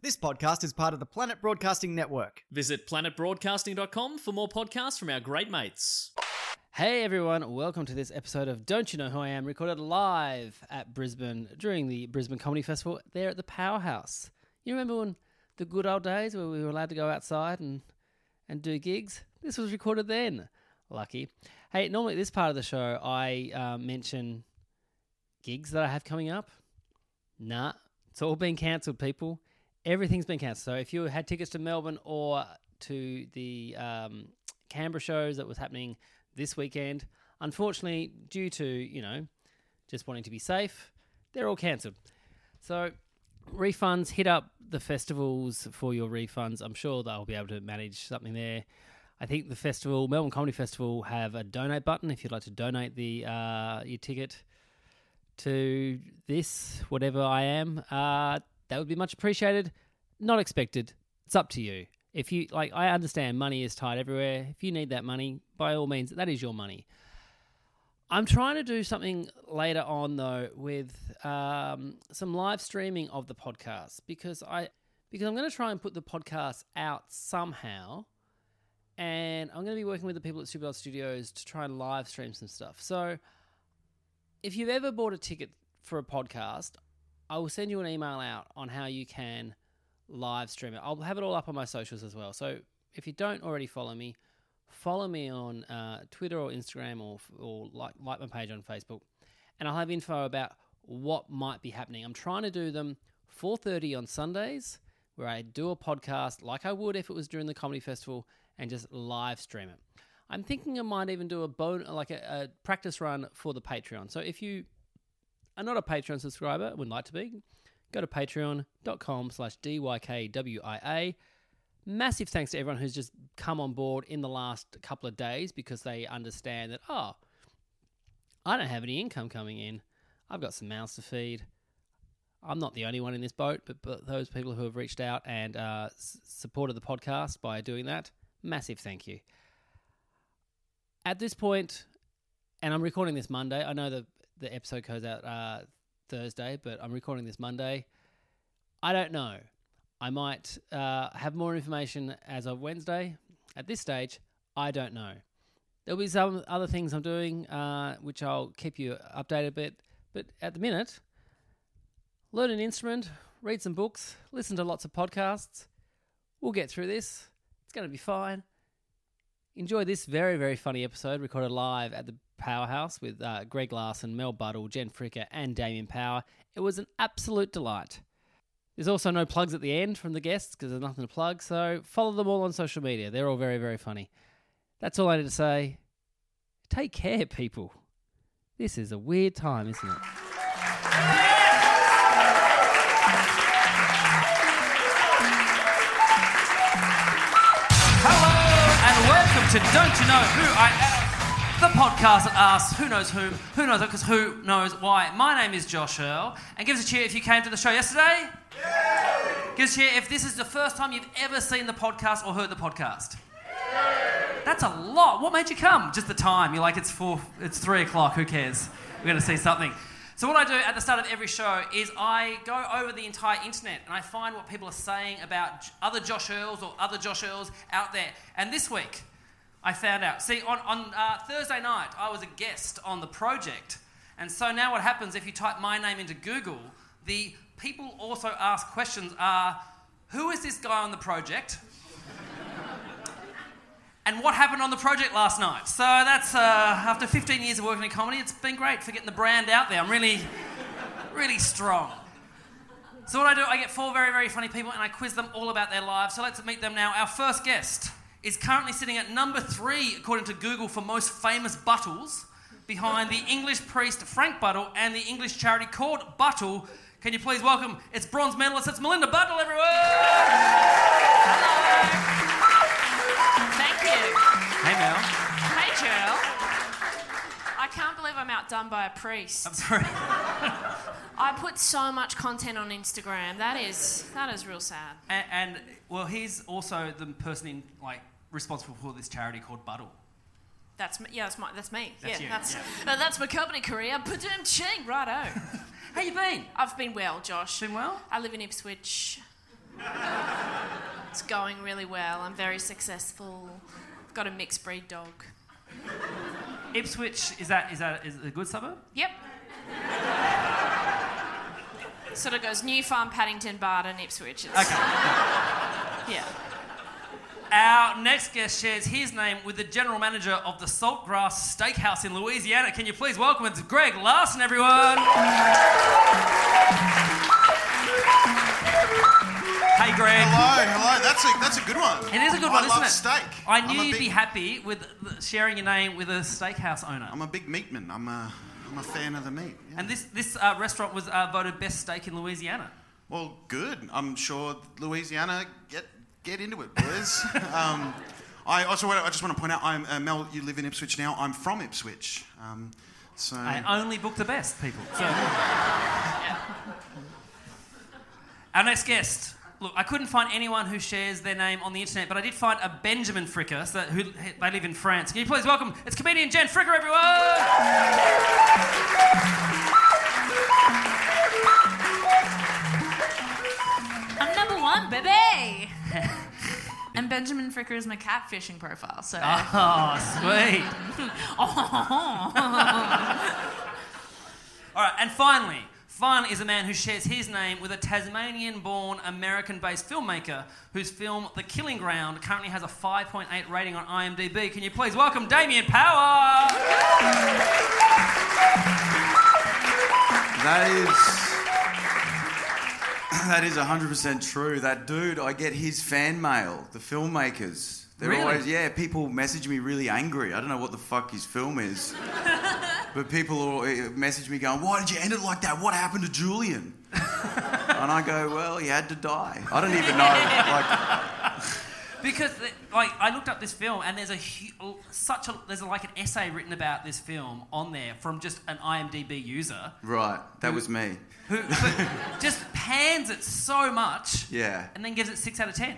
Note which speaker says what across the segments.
Speaker 1: This podcast is part of the Planet Broadcasting Network.
Speaker 2: Visit planetbroadcasting.com for more podcasts from our great mates.
Speaker 3: Hey everyone, welcome to this episode of Don't You Know Who I Am, recorded live at Brisbane during the Brisbane Comedy Festival there at the Powerhouse. You remember when the good old days where we were allowed to go outside and and do gigs? This was recorded then. Lucky. Hey, normally at this part of the show I uh, mention gigs that I have coming up. Nah, it's all been cancelled, people. Everything's been cancelled. So if you had tickets to Melbourne or to the um, Canberra shows that was happening this weekend, unfortunately, due to you know just wanting to be safe, they're all cancelled. So refunds, hit up the festivals for your refunds. I'm sure they'll be able to manage something there. I think the festival, Melbourne Comedy Festival, have a donate button if you'd like to donate the uh, your ticket to this, whatever I am, uh, that would be much appreciated. Not expected. It's up to you. If you like, I understand money is tight everywhere. If you need that money, by all means, that is your money. I'm trying to do something later on though with um, some live streaming of the podcast because I because I'm going to try and put the podcast out somehow, and I'm going to be working with the people at Superbell Studios to try and live stream some stuff. So if you've ever bought a ticket for a podcast, I will send you an email out on how you can live stream it. I'll have it all up on my socials as well. So if you don't already follow me, follow me on uh, Twitter or Instagram or, or like, like my page on Facebook, and I'll have info about what might be happening. I'm trying to do them 4:30 on Sundays, where I do a podcast like I would if it was during the comedy festival, and just live stream it. I'm thinking I might even do a bon- like a, a practice run for the Patreon. So if you are not a Patreon subscriber, would like to be, go to patreon.com slash DYKWIA. Massive thanks to everyone who's just come on board in the last couple of days because they understand that, oh, I don't have any income coming in. I've got some mouths to feed. I'm not the only one in this boat, but, but those people who have reached out and uh, s- supported the podcast by doing that, massive thank you. At this point, and I'm recording this Monday. I know the the episode goes out uh, Thursday, but I'm recording this Monday. I don't know. I might uh, have more information as of Wednesday. At this stage, I don't know. There'll be some other things I'm doing, uh, which I'll keep you updated a bit. But at the minute, learn an instrument, read some books, listen to lots of podcasts. We'll get through this. It's going to be fine. Enjoy this very, very funny episode recorded live at the Powerhouse with uh, Greg Larson, Mel Buddle, Jen Fricker, and Damien Power. It was an absolute delight. There's also no plugs at the end from the guests because there's nothing to plug, so follow them all on social media. They're all very, very funny. That's all I need to say. Take care, people. This is a weird time, isn't it? Hello and welcome to Don't You Know Who I Am, the podcast that asks who knows whom, who knows because who knows why. My name is Josh Earl, and give us a cheer if you came to the show yesterday. Give us a cheer if this is the first time you've ever seen the podcast or heard the podcast. That's a lot. What made you come? Just the time. You're like, it's four, it's three o'clock. Who cares? We're going to see something. So what I do at the start of every show is I go over the entire internet and I find what people are saying about J- other Josh Earls or other Josh Earls out there. And this week, I found out. See, on on uh, Thursday night, I was a guest on the project, and so now what happens if you type my name into Google, the people also ask questions are, who is this guy on the project? and what happened on the project last night. So that's uh, after 15 years of working in comedy, it's been great for getting the brand out there. I'm really, really strong. So what I do, I get four very, very funny people, and I quiz them all about their lives. So let's meet them now. Our first guest is currently sitting at number three, according to Google, for most famous buttles, behind the English priest Frank Buttle and the English charity called Buttle. Can you please welcome its bronze medalist? It's Melinda Buttle, everyone. Hello.
Speaker 4: Thank you.
Speaker 3: Hey, Mel.
Speaker 4: Hey, Gerald. I can't believe I'm outdone by a priest. I put so much content on Instagram. That is that is real sad.
Speaker 3: And, and well, he's also the person in like responsible for this charity called Buttle.
Speaker 4: That's m- yeah, that's my that's me.
Speaker 3: That's
Speaker 4: yeah,
Speaker 3: you,
Speaker 4: that's
Speaker 3: yeah.
Speaker 4: uh, that's my company career. Padum ching, righto.
Speaker 3: How you been?
Speaker 4: I've been well, Josh.
Speaker 3: Been well?
Speaker 4: I live in Ipswich. it's going really well. I'm very successful. I've got a mixed breed dog.
Speaker 3: Ipswich is that is that is it a good suburb?
Speaker 4: Yep. sort of goes New Farm, Paddington, Barton, Ipswich. It's,
Speaker 3: Okay.
Speaker 4: Yeah.
Speaker 3: Our next guest shares his name with the general manager of the Saltgrass Steakhouse in Louisiana. Can you please welcome it's Greg Larson, everyone? hey, Greg.
Speaker 5: Hello, hello. That's a that's a good one.
Speaker 3: It is a good
Speaker 5: I
Speaker 3: one, isn't
Speaker 5: love
Speaker 3: it?
Speaker 5: steak.
Speaker 3: I
Speaker 5: I'm
Speaker 3: knew
Speaker 5: a
Speaker 3: you'd
Speaker 5: big-
Speaker 3: be happy with sharing your name with a steakhouse owner.
Speaker 5: I'm a big meatman. I'm a I'm a fan of the meat. yeah.
Speaker 3: and this this uh, restaurant was uh, voted best steak in Louisiana.
Speaker 5: Well, good. I'm sure Louisiana get get into it, boys. um, I also wanna- I just want to point out, I'm uh, Mel. You live in Ipswich now. I'm from Ipswich, um, so
Speaker 3: I only book the best people. So. Our next guest. Look, I couldn't find anyone who shares their name on the internet, but I did find a Benjamin Fricker, so who they live in France. Can you please welcome? It's comedian Jen Fricker, everyone.
Speaker 6: I'm number one, baby. and Benjamin Fricker is my catfishing profile. So,
Speaker 3: Oh, sweet. All right, and finally, finally is a man who shares his name with a Tasmanian-born American-based filmmaker whose film *The Killing Ground* currently has a 5.8 rating on IMDb. Can you please welcome Damien Power?
Speaker 7: That is that is hundred percent true. That dude, I get his fan mail. The filmmakers, they're
Speaker 3: Really?
Speaker 7: always yeah. People message me really angry. I don't know what the fuck his film is, but people all eh, message me going, "Why did you end it like that? What happened to Julian?" and I go, "Well, he had to die. I don't even know."
Speaker 3: Because the- like I looked up this film and there's a hu- oh, such a there's like an essay written about this film on there from just an IMDb user
Speaker 7: Like, right, that was me.
Speaker 3: who but just pans it so much
Speaker 7: Yeah.
Speaker 3: and then gives it six out of ten.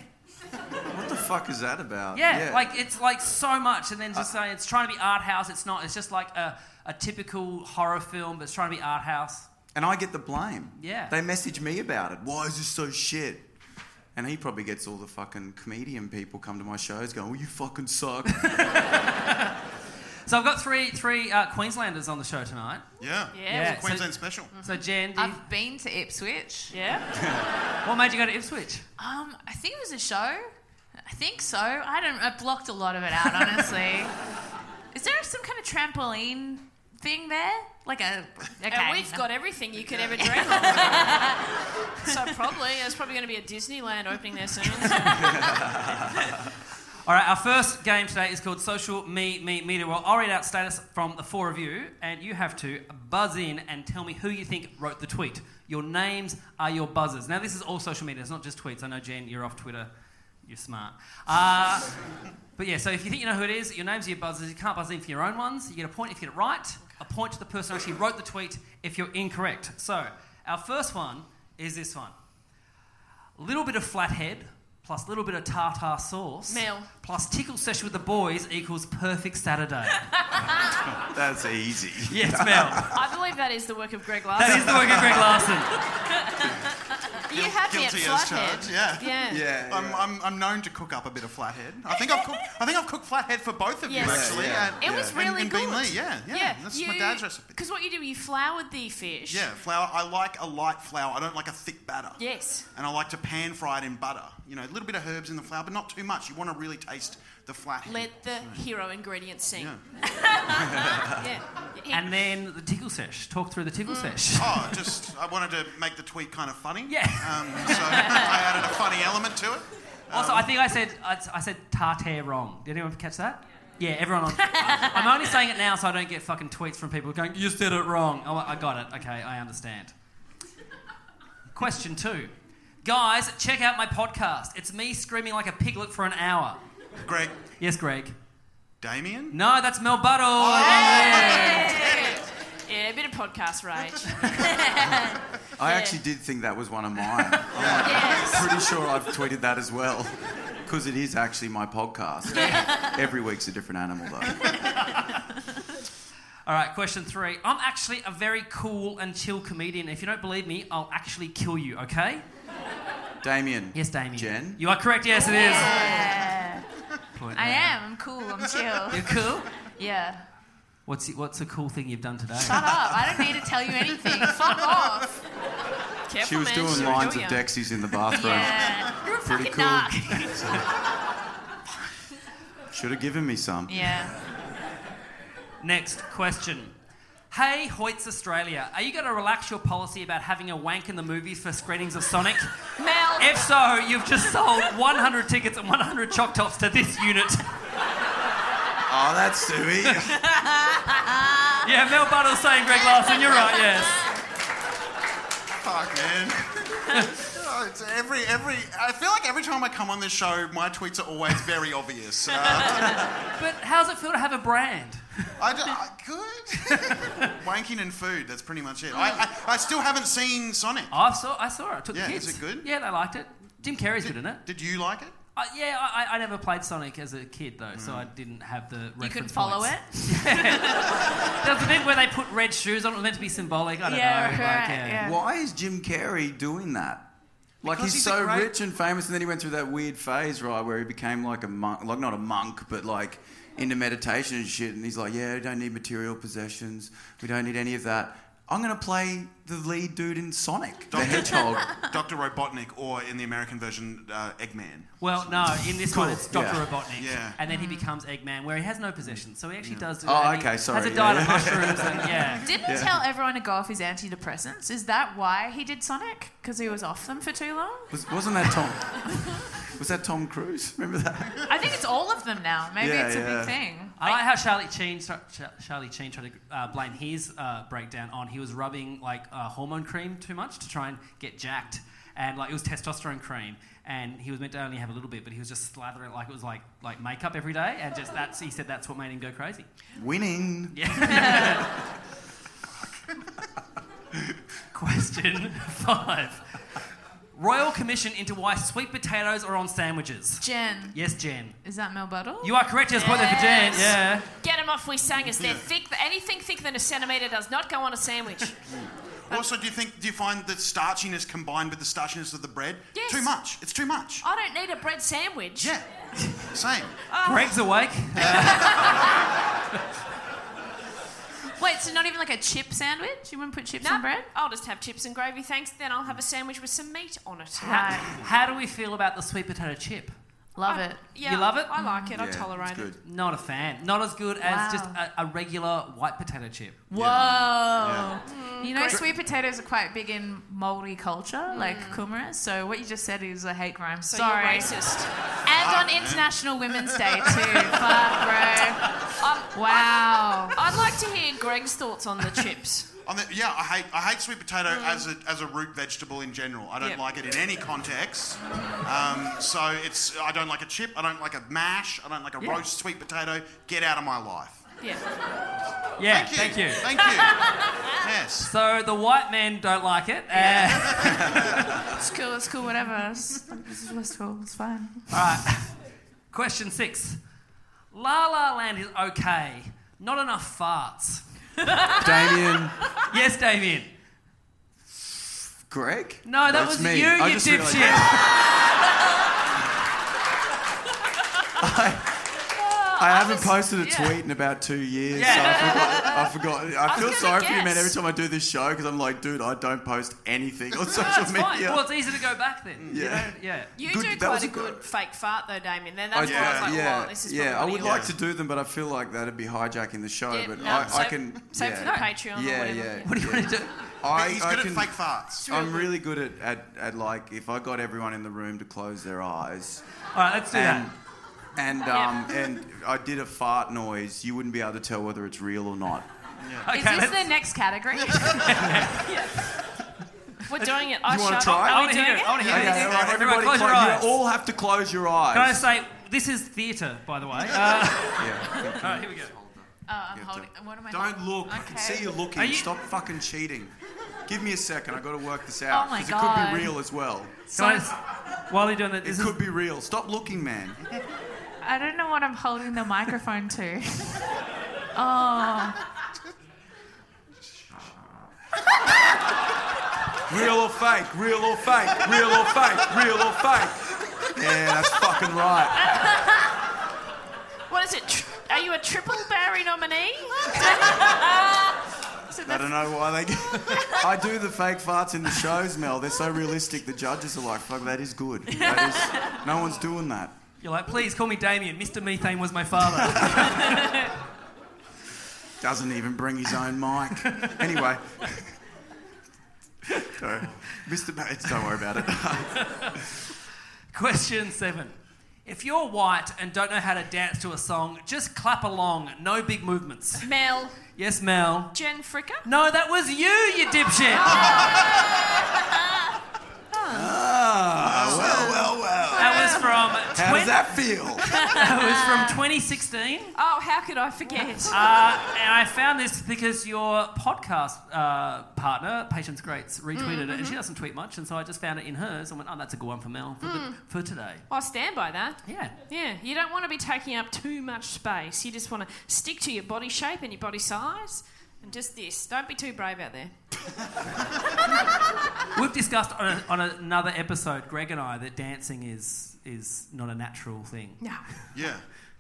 Speaker 7: What the fuck is that about?
Speaker 3: Yeah, like it's like so much and then just saying it's trying to be art house. It's not. It's just like a a typical horror film, but it's trying to be art house.
Speaker 7: And I get the blame.
Speaker 3: Yeah.
Speaker 7: They message me about it. Why is this so shit? And he probably gets all the fucking comedian people come to my shows going, well, you fucking suck.
Speaker 3: So I've got three three uh, Queenslanders on the show tonight.
Speaker 5: yeah,
Speaker 4: Yeah.
Speaker 3: so- Mm-hmm.
Speaker 5: Queensland special.
Speaker 3: So Jen, do you-
Speaker 6: I've been to Ipswich.
Speaker 4: Yeah.
Speaker 3: what made you go to Ipswich?
Speaker 6: Um, I think it was a show. I think so. I don't. I blocked a lot of it out, honestly. is there some kind of trampoline thing there? Like a. Okay.
Speaker 4: And we've got everything you could ever dream of. so probably there's probably going to be a Disneyland opening there soon.
Speaker 3: All right, our first game today is called Social Me Me Media. Well, I'll read out status from the four of you, and you have to buzz in and tell me who you think wrote the tweet. Your names are your buzzers. Now, this is all social media. It's not just tweets. I know, Jen, you're off Twitter. You're smart. Uh, but yeah, so if you think you know who it is, your names are your buzzers. You can't buzz in for your own ones. You get a point if you get it right. A point to the person who actually wrote the tweet if you're incorrect. So our first one is this one. Little bit of flathead plus little bit of tartar sauce
Speaker 4: Meal.
Speaker 3: plus tickle session with the boys equals perfect Saturday.
Speaker 7: That's easy.
Speaker 3: yes, Mel.
Speaker 4: I believe that is the work of Greg
Speaker 3: That
Speaker 4: Larson.
Speaker 3: is the work of Greg Larson.
Speaker 4: you had me at
Speaker 5: Guilty as charged.
Speaker 4: Flathead.
Speaker 5: Yeah.
Speaker 4: Yeah.
Speaker 7: Yeah.
Speaker 5: I'm, I'm, I'm known to cook up a bit of flathead. I think I've cooked I think I've cooked flathead for both of
Speaker 4: Yes.
Speaker 5: you actually.
Speaker 7: Yeah,
Speaker 5: and-
Speaker 4: It was
Speaker 5: and-
Speaker 4: really
Speaker 5: and
Speaker 4: good.
Speaker 5: Bean Lee, yeah, yeah. That's my dad's recipe.
Speaker 4: Because what you do, you floured the fish.
Speaker 5: Yeah, flour. I like a light flour. I don't like a thick batter.
Speaker 4: Yes.
Speaker 5: And I like to pan fry it in butter. You know, a little bit of herbs in the flour, but not too much. You want to really taste the flathead.
Speaker 4: Let the hero ingredient sing.
Speaker 5: Yeah.
Speaker 4: Yeah.
Speaker 3: And then the tickle sesh. Talk through the tickle sesh.
Speaker 5: Oh, just I wanted to make the tweet kind of funny.
Speaker 3: Yeah.
Speaker 5: Um, so I added a funny element to it.
Speaker 3: Also, I think I said I, I said tartare wrong. Did anyone catch that? Yeah, everyone. On, I- I'm only saying it now so I don't get fucking tweets from people going, "You said it wrong." Oh, I got it. Okay, I understand. Question two. Guys, check out my podcast. It's me screaming like a piglet for an hour.
Speaker 5: Greg.
Speaker 3: Yes, Greg.
Speaker 5: Damien?
Speaker 3: No, that's Mel Buttle.
Speaker 4: Yeah, a bit of podcast rage.
Speaker 7: I actually did think that was one of mine. I'm pretty sure I've tweeted that as well. Because it is actually my podcast. Every week's a different animal, though.
Speaker 3: All right, question three. I'm actually a very cool and chill comedian. If you don't believe me, I'll actually kill you, okay?
Speaker 7: Damien.
Speaker 3: Yes, Damien.
Speaker 7: Jen.
Speaker 3: You are correct, yes, it is.
Speaker 6: Yeah.
Speaker 3: Point
Speaker 6: Uh, I
Speaker 3: there.
Speaker 6: am. I'm cool. I'm chill.
Speaker 3: You're cool?
Speaker 6: Yeah.
Speaker 3: What's, what's a cool thing you've done today?
Speaker 6: Shut up. I don't need to tell you anything. Fuck off.
Speaker 4: Careful,
Speaker 7: She was
Speaker 4: man,
Speaker 7: doing
Speaker 4: she'll
Speaker 7: lines
Speaker 4: kill
Speaker 7: of
Speaker 4: ya.
Speaker 7: Dexys in the bathroom.
Speaker 6: Yeah. You're a
Speaker 7: Pretty
Speaker 6: fucking
Speaker 7: cool.
Speaker 6: narc.
Speaker 7: Should have given me some.
Speaker 6: Yeah.
Speaker 3: Next question. Hey, Hoyts Australia, are you going to relax your policy about having a wank in the movies for screenings of Sonic?
Speaker 4: Mel,
Speaker 3: If so, you've just sold 100 tickets and 100 choc tops to this unit.
Speaker 7: Oh, that's Suey.
Speaker 6: uh,
Speaker 3: Yeah, Mel Buttle's saying Greg Larson, you're right, yes.
Speaker 5: Fuck, man. Oh, it's every every. I feel like every time I come on this show, my tweets are always very obvious. Uh,
Speaker 3: But how's it feel to have a brand?
Speaker 5: I, d- I could wanking and food. That's pretty much it. I, I, I still haven't seen Sonic.
Speaker 3: I saw, I saw it. I took
Speaker 5: Yeah,
Speaker 3: the kids.
Speaker 5: is it good?
Speaker 3: Yeah, they liked it. Jim Carrey's good in it.
Speaker 5: Did you like it?
Speaker 3: Uh, yeah, I, I- I never played Sonic as a kid though,
Speaker 5: Mm.
Speaker 3: so I didn't have the.
Speaker 6: You
Speaker 3: reference
Speaker 6: couldn't follow
Speaker 3: points.
Speaker 6: it?
Speaker 3: There's a bit where they put red shoes on. It was meant to be symbolic. I don't
Speaker 6: Yeah,
Speaker 3: know. like,
Speaker 6: right, yeah.
Speaker 7: Why is Jim Carrey doing that? Like
Speaker 5: Because
Speaker 7: he's,
Speaker 5: he's a
Speaker 7: so
Speaker 5: great-
Speaker 7: rich and famous, and then he went through that weird phase, right, where he became like a monk, like not a monk, but like into meditation and shit. And he's like, "Yeah, we don't need material possessions. We don't need any of that. I'm gonna play the lead dude in Sonic, the
Speaker 5: Doctor-
Speaker 7: Hedgehog."
Speaker 5: Doctor Robotnik, or in the American version, uh, Eggman.
Speaker 3: Well, no, in this one it's Doctor
Speaker 7: yeah.
Speaker 3: Robotnik,
Speaker 5: Yeah.
Speaker 3: and then he becomes Eggman, where he has no possessions, so he actually does. Do
Speaker 7: Oh,
Speaker 3: and he
Speaker 7: okay, sorry,
Speaker 3: Has a
Speaker 7: yeah,
Speaker 3: diet of
Speaker 7: yeah.
Speaker 3: mushrooms, and yeah.
Speaker 6: Didn't he tell everyone to go off his antidepressants? Is that why he did Sonic? Because he was off them for too long?
Speaker 7: Was, wasn't that Tom? was that Tom Cruise? Remember that?
Speaker 6: I think it's all of them now. Maybe
Speaker 7: Yeah,
Speaker 6: it's a
Speaker 7: yeah.
Speaker 6: big thing.
Speaker 3: I like how Charlie Sheen, Char- Char- Charlie Sheen tried to uh, blame his uh, breakdown on he was rubbing like uh, hormone cream too much to try and get jacked, and like it was testosterone cream, and he was meant to only have a little bit, but he was just slathering it like it was like like makeup every day, and just that's he said that's what made him go crazy.
Speaker 7: Winning.
Speaker 3: Question five: Royal Commission into why sweet potatoes are on sandwiches.
Speaker 6: Jen.
Speaker 3: Yes, Jen.
Speaker 6: Is that Mel Buttle?
Speaker 3: You are correct. Yes, point there for Jen. Yeah.
Speaker 4: get them off we sang as they're thick. Anything thicker than a centimetre does not go on a sandwich.
Speaker 5: Also, do you think do you find the starchiness combined with the starchiness of the bread
Speaker 4: Yes.
Speaker 5: too much? It's too much.
Speaker 4: I don't need a bread sandwich.
Speaker 5: Yeah, same.
Speaker 3: Greg's awake.
Speaker 6: Wait, so not even like a chip sandwich? You wouldn't put chips
Speaker 4: No,
Speaker 6: on bread?
Speaker 4: I'll just have chips and gravy, thanks. Then I'll have a sandwich with some meat on it.
Speaker 6: Right.
Speaker 3: How do we feel about the sweet potato chip?
Speaker 6: Love it.
Speaker 4: Yeah,
Speaker 3: You love it?
Speaker 4: I like it. I
Speaker 7: Yeah, it's
Speaker 4: tolerate it.
Speaker 7: good.
Speaker 3: Not a fan. Not as good as just
Speaker 6: Wow.
Speaker 3: a, a regular white potato chip.
Speaker 6: Whoa.
Speaker 4: Mm.
Speaker 6: You know, sweet potatoes are quite big in Maori culture, like Kumaras. So what you just said is a hate crime.
Speaker 4: Mm. So
Speaker 6: Sorry.
Speaker 4: you're racist.
Speaker 7: Ah,
Speaker 6: And on International Women's Day too. Fuck, bro. Wow.
Speaker 4: Um, I'd like to hear Greg's thoughts on the chips.
Speaker 5: On the, yeah, I hate I hate sweet potato as a as a root vegetable in general. I don't
Speaker 4: Yep.
Speaker 5: like it in any context. Um, so it's I don't like a chip. I don't like a mash. I don't like a roast sweet potato. Get out of my life.
Speaker 4: Yeah.
Speaker 3: Yeah, thank you.
Speaker 5: Thank you. yes.
Speaker 3: So the white men don't like it. Uh,
Speaker 6: It's cool, it's cool, whatever. It's- This is Westfield, it's fine.
Speaker 3: question six. La La Land is okay. Not enough farts.
Speaker 7: Damien.
Speaker 3: Yes, Damien.
Speaker 7: Greg.
Speaker 3: No, that
Speaker 7: That's
Speaker 3: was
Speaker 7: me.
Speaker 3: you,
Speaker 7: I
Speaker 3: you
Speaker 7: just realised-
Speaker 3: dipshit.
Speaker 4: Uh,
Speaker 7: I haven't posted a tweet in about two years. So I forgot. I, forgot. I feel
Speaker 4: gonna
Speaker 7: sorry for you, man,
Speaker 4: guess.
Speaker 7: every time I do this show because I'm like, dude, I don't post anything on social
Speaker 3: It's fine.
Speaker 7: media.
Speaker 3: Well, it's easy to go back then. You
Speaker 7: Yeah.
Speaker 3: don't- yeah.
Speaker 4: You
Speaker 7: Good-
Speaker 4: do
Speaker 7: that
Speaker 4: quite
Speaker 7: was
Speaker 4: a
Speaker 7: a go-
Speaker 4: good fake fart though, Damien. Then that's why I was like,
Speaker 7: yeah,
Speaker 4: well, this is
Speaker 7: yeah. I
Speaker 4: probably
Speaker 7: would
Speaker 4: what
Speaker 7: like
Speaker 4: he
Speaker 7: to do them, but I feel like that'd be hijacking the show.
Speaker 4: Yeah,
Speaker 7: but
Speaker 4: no,
Speaker 7: I, I
Speaker 4: save-
Speaker 7: can.
Speaker 4: save
Speaker 7: yeah.
Speaker 4: for the Patreon or
Speaker 7: Yeah,
Speaker 4: whatever.
Speaker 7: yeah.
Speaker 3: What do you want to do?
Speaker 7: I,
Speaker 5: He's
Speaker 7: I
Speaker 5: good
Speaker 7: can,
Speaker 5: at fake farts.
Speaker 7: I'm really good at, at, at like if I got everyone in the room to close their eyes.
Speaker 3: All right, let's do
Speaker 7: and
Speaker 3: that.
Speaker 7: and um and I did a fart noise. You wouldn't be able to tell whether it's real or not.
Speaker 3: Okay,
Speaker 6: is this
Speaker 3: let's-
Speaker 6: the next category?
Speaker 4: We're doing it. Oh,
Speaker 7: you want
Speaker 4: shut
Speaker 7: to try?
Speaker 4: up. Are we doing it?
Speaker 7: Okay, all right, everybody,
Speaker 3: close your
Speaker 7: close-
Speaker 3: eyes.
Speaker 7: You all have to close your eyes.
Speaker 3: Can I say this is theatre, by the way? Uh,
Speaker 7: Yeah.
Speaker 3: all right, here we go.
Speaker 6: Oh, I'm
Speaker 7: You have
Speaker 6: holding.
Speaker 7: to-
Speaker 6: What am I
Speaker 7: Don't
Speaker 6: holding?
Speaker 7: look. I can see you looking.
Speaker 3: Are you-
Speaker 7: Stop fucking cheating. Give me a second. I got to work this out
Speaker 6: Oh my
Speaker 7: it could
Speaker 6: God.
Speaker 7: be real as well.
Speaker 3: Can I s- while you're doing that,
Speaker 7: It
Speaker 3: this is,
Speaker 7: could be real. Stop looking, man.
Speaker 6: I don't know what I'm holding the microphone to. oh,
Speaker 7: Real or fake? Real or fake? Real or fake? Real or fake? Yeah, that's fucking right.
Speaker 4: What is it? Tr- are you a triple Barry nominee?
Speaker 7: I don't know why they. I do the fake farts in the shows, Mel. They're so realistic. The judges are like, "Fuck, that is good. That is, no one's doing that."
Speaker 3: you're like, please call me Damien. Mr. Methane was my father.
Speaker 7: Doesn't even bring his own mic. Anyway. Sorry. Mr. Bates, don't worry about it.
Speaker 3: Question seven. If you're white and don't know how to dance to a song, just clap along. No big movements.
Speaker 4: Mel,
Speaker 3: Yes, Mel.
Speaker 4: Jen Fricker.
Speaker 3: No, that was you, you dipshit.
Speaker 7: Ah, well, well, well.
Speaker 3: That was from
Speaker 7: How does
Speaker 3: twen-
Speaker 7: that feel?
Speaker 3: that was from 2016.
Speaker 4: Oh, how could I forget?
Speaker 3: Uh, and I found this because your podcast uh, partner, Patience Greats, retweeted it, and she doesn't tweet much, and so I just found it in hers and went, "Oh, that's a good one for Mel for, the- for today."
Speaker 4: I stand by that.
Speaker 3: Yeah.
Speaker 4: Yeah, you don't want to be taking up too much space. You just want to stick to your body shape and your body size and just this. Don't be too brave out there.
Speaker 3: We've discussed on, a, on another episode, Greg and I, that dancing is is not a natural thing.
Speaker 4: No.
Speaker 5: Yeah.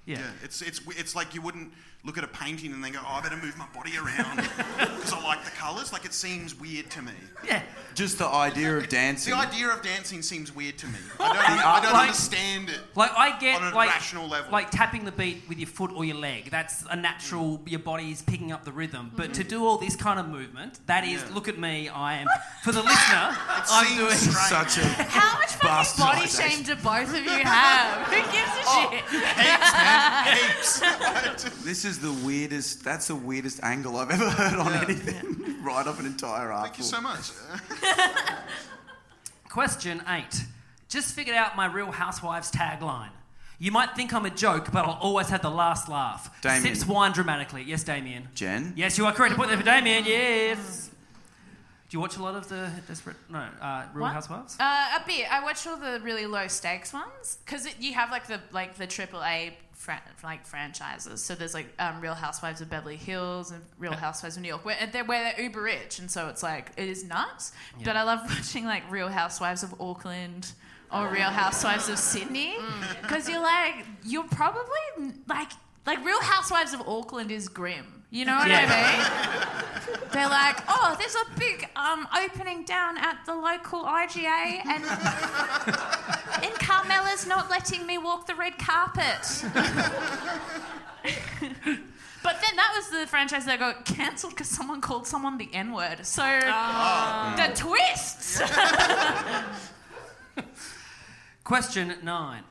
Speaker 3: Yeah.
Speaker 5: It's, it's, it's like you wouldn't look at a painting and then go, oh, I better move my body around because I like the colours. Like, it seems weird to me.
Speaker 3: Yeah.
Speaker 7: Just the idea of dancing.
Speaker 5: The idea of dancing seems weird to me. I don't, I
Speaker 3: art-
Speaker 5: don't
Speaker 3: like-
Speaker 5: understand it.
Speaker 3: Like I get
Speaker 5: On a
Speaker 3: like
Speaker 5: rational level.
Speaker 3: like tapping the beat with your foot or your leg. That's a natural.
Speaker 5: Mm.
Speaker 3: Your body's picking up the rhythm. But to do all this kind of movement, that is,
Speaker 5: Yeah.
Speaker 3: look at me. I am for the listener. I'm
Speaker 5: seems
Speaker 3: doing
Speaker 5: strange.
Speaker 7: Such a.
Speaker 6: how much fucking body
Speaker 7: Bastardization.
Speaker 6: shame do both of you have? Who gives a shit?
Speaker 5: Heaps, man. Heaps.
Speaker 7: This is the weirdest. That's the weirdest angle I've ever heard on anything. right off an entire article.
Speaker 5: Thank you so much.
Speaker 3: Question eight. Just figured out my Real Housewives tagline. You might think I'm a joke, but I'll always have the last laugh.
Speaker 7: Damien.
Speaker 3: Sips wine dramatically. Yes, Damien.
Speaker 7: Jen?
Speaker 3: Yes, you are correct. A point there for Damien. Yes. Do you watch a lot of the Desperate? No, uh, Real
Speaker 6: What?
Speaker 3: Housewives.
Speaker 6: Uh, a bit. I watch all the really low stakes ones because you have like the like the triple A fran- like franchises. So there's like um, Real Housewives of Beverly Hills and Real Housewives of New York, where and they're, where they're uber rich, and so it's like it is nuts. But I love watching like Real Housewives of Auckland. Or Real Housewives of Sydney, because you're like you're probably like like Real Housewives of Auckland is grim. You know what
Speaker 3: Yeah.
Speaker 6: I mean? They're like, oh, there's a big um, opening down at the local IGA, and, and Carmela's not letting me walk the red carpet. but then that was the franchise that got cancelled because someone called someone the N word. So
Speaker 3: Oh.
Speaker 6: the twists.
Speaker 3: Question nine.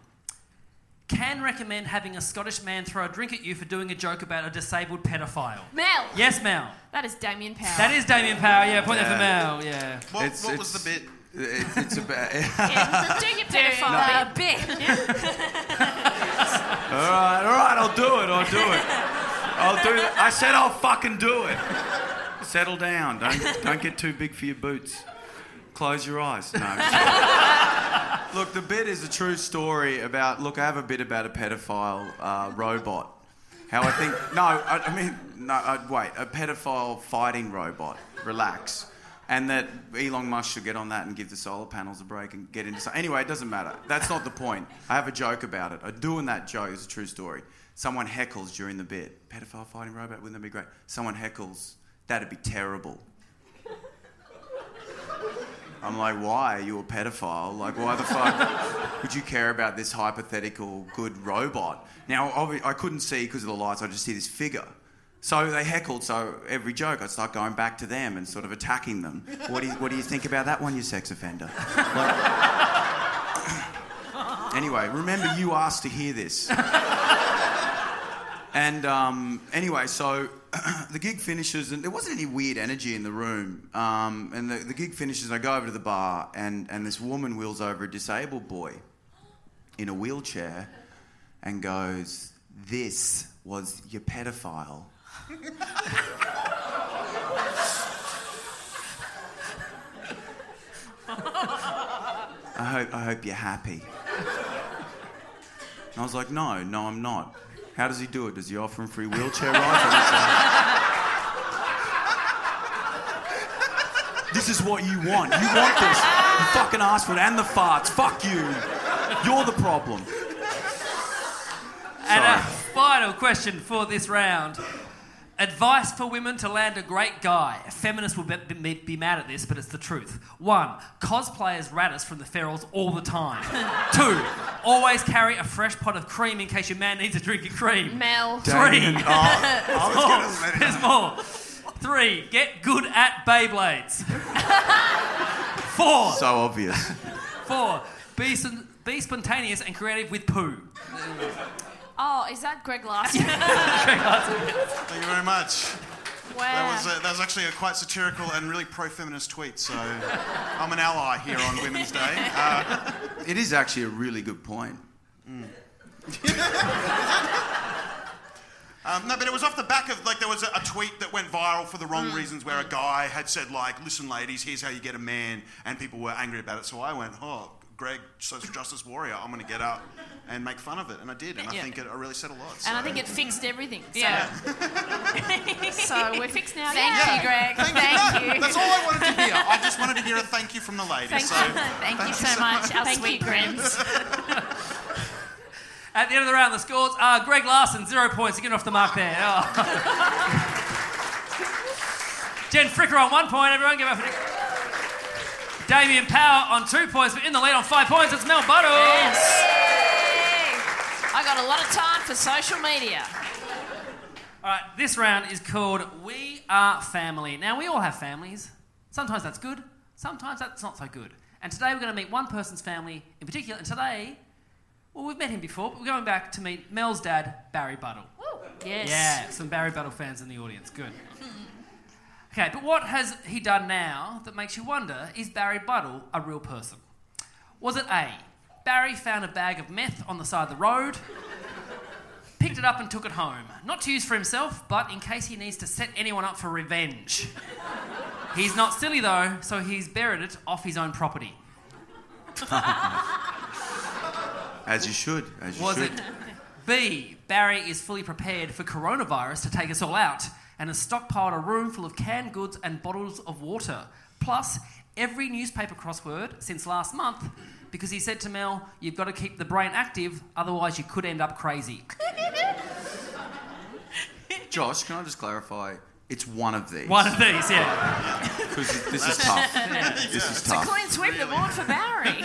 Speaker 3: Can recommend having a Scottish man throw a drink at you for doing a joke about a disabled pedophile.
Speaker 4: Mel.
Speaker 3: Yes, Mel.
Speaker 4: That is Damien Power.
Speaker 3: That is Damien Power. Yeah, point there for
Speaker 7: Yeah.
Speaker 3: Mel. Yeah.
Speaker 5: What, what was the bit?
Speaker 7: It, it's about.
Speaker 4: Do your pedophile.
Speaker 6: A bit.
Speaker 7: all right, all right. I'll do it. I'll do it. I'll do it. I said I'll fucking do it. Settle down. Don't don't get too big for your boots. Close your eyes. No. look, the bit is a true story about. Look, I have a bit about a pedophile uh, robot. How I think. No, I, I mean, no. I, wait, a pedophile fighting robot. Relax. And that Elon Musk should get on that and give the solar panels a break and get into. So- anyway, it doesn't matter. That's not the point. I have a joke about it. I'm doing that joke. It's a true story. Someone heckles during the bit. Pedophile fighting robot. Wouldn't that be great? Someone heckles. That'd be terrible. I'm like, why? Are you a pedophile? Like, why the fuck would you care about this hypothetical good robot? Now, obvi- I couldn't see because of the lights, I just see this figure. So they heckled, so every joke, I'd start going back to them and sort of attacking them. What do you, what do you think about that one, you sex offender? Like- anyway, remember, you asked to hear this. And um, anyway, so the gig finishes, and there wasn't any weird energy in the room. Um, and the, the gig finishes, and I go over to the bar, and, and this woman wheels over a disabled boy in a wheelchair and goes, This was your pedophile. I hope, I hope you're happy. And I was like, no, no, I'm not. How does he do it? Does he offer him free wheelchair rides? this is what you want. You want this. You fucking asked for it and the farts. Fuck you. You're the problem.
Speaker 3: And
Speaker 7: Sorry.
Speaker 3: a final question for this round. Advice for women to land a great guy. Feminists will be, be, be mad at this, but it's the truth. One, cosplay as Radis from the Ferals all the time. Two, always carry a fresh pot of cream in case your man needs a drink of cream.
Speaker 4: Mel.
Speaker 3: Three.
Speaker 7: Damien. Oh, I was gonna
Speaker 3: There's
Speaker 7: let it
Speaker 3: more. Three, get good at Beyblades. Four,
Speaker 7: So obvious.
Speaker 3: four, be, spon- be spontaneous and creative with poo.
Speaker 4: Oh, is that Greg Last?
Speaker 5: Thank you very much. That
Speaker 4: wow.
Speaker 5: was, a, that was actually a quite satirical and really pro-feminist tweet. So I'm an ally here on Women's Day. Uh,
Speaker 7: It is actually a really good point.
Speaker 5: um, no, but it was off the back of like there was a, a tweet that went viral for the wrong
Speaker 4: Hmm.
Speaker 5: reasons, where a guy had said like, "Listen, ladies, here's how you get a man," and people were angry about it. So I went, "Oh, Greg, social justice warrior, I'm going to get up and make fun of it," and I did, and I
Speaker 4: Yeah.
Speaker 5: think it, I really said a lot.
Speaker 4: And I
Speaker 5: so-
Speaker 4: think it fixed everything. So.
Speaker 6: Yeah.
Speaker 4: so we're fixed now.
Speaker 6: Thank
Speaker 4: yeah.
Speaker 6: you, Greg. Thank, you.
Speaker 5: That's all I wanted to hear. I just wanted to hear a thank you from the ladies.
Speaker 6: Thank
Speaker 5: so
Speaker 6: you. Thank, you so much, our sweet friends.
Speaker 3: At the end of the round, the scores are Greg Larson, zero points. You're getting off the mark there. Oh. Jen Fricker on one point. Everyone give up for Jen. Damien Power on two points, but in the lead on five points, it's Mel Buttle.
Speaker 4: I got a lot of time for social media.
Speaker 3: All right, this round is called We Are Family. Now, we all have families. Sometimes that's good, sometimes that's not so good. And today we're going to meet one person's family in particular. And today, well, we've met him before, but we're going back to meet Mel's dad, Barry Buttle.
Speaker 4: Yes.
Speaker 3: Yeah, some Barry Battle fans in the audience. Good. Okay, but what has he done now that makes you wonder is Barry Buttle a real person? Was it A? Barry found a bag of meth on the side of the road, picked it up and took it home. Not to use for himself, but in case he needs to set anyone up for revenge. He's not silly though, so he's buried it off his own property.
Speaker 7: As you should. As you
Speaker 3: Was
Speaker 7: should.
Speaker 3: it B? Barry is fully prepared for coronavirus to take us all out and has stockpiled a room full of canned goods and bottles of water, plus every newspaper crossword since last month because he said to Mel, You've got to keep the brain active, otherwise, you could end up crazy.
Speaker 7: Josh, can I just clarify? It's one of these.
Speaker 3: One of these, yeah.
Speaker 7: Because this is tough. This is tough.
Speaker 4: Clean sweep the board for Barry.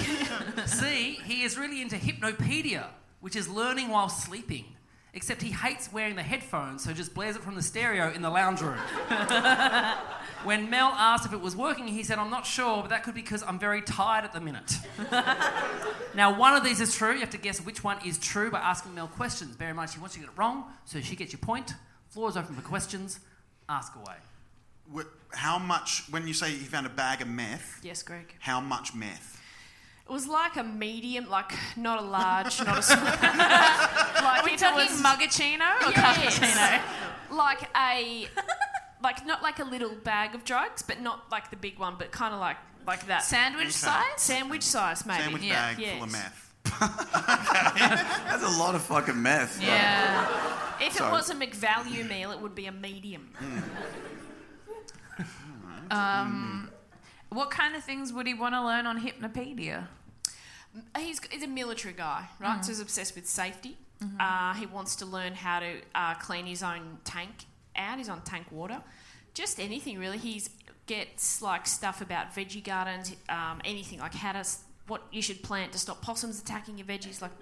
Speaker 3: C, he is really into hypnopedia, which is learning while sleeping. Except he hates wearing the headphones, so just blares it from the stereo in the lounge room. when Mel asked if it was working, he said, I'm not sure, but that could be because I'm very tired at the minute. now, one of these is true. You have to guess which one is true by asking Mel questions. Bear in mind, she wants you to get it wrong, so she gets your point. Floor is open for questions. Ask away.
Speaker 5: Wh- How much, when you say he found a bag of meth,
Speaker 4: yes, Greg.
Speaker 5: how much meth?
Speaker 4: It was like a medium, like not a large, not a small. like
Speaker 6: Are we
Speaker 4: if it
Speaker 6: talking
Speaker 4: was-
Speaker 6: Mugachino or
Speaker 4: Yes.
Speaker 6: Cappuccino?
Speaker 4: like a, like not like a little bag of drugs, but not like the big one, but kind of like like that
Speaker 6: Sandwich size?
Speaker 4: sandwich size, maybe.
Speaker 5: Sandwich
Speaker 6: yeah,
Speaker 5: bag full of
Speaker 4: yes.
Speaker 5: meth.
Speaker 7: That's a lot of fucking meth.
Speaker 6: Yeah.
Speaker 4: If
Speaker 7: So-
Speaker 4: it was a McValue meal, it would be a medium.
Speaker 6: What kind of things would he want to learn on Hypnopedia?
Speaker 4: He's, he's a military guy, right? So he's obsessed with safety. Uh, he wants to learn how to uh, clean his own tank out, his own tank water. Just anything, really. He gets like stuff about veggie gardens, um, anything like how to s- what you should plant to stop possums attacking your veggies, like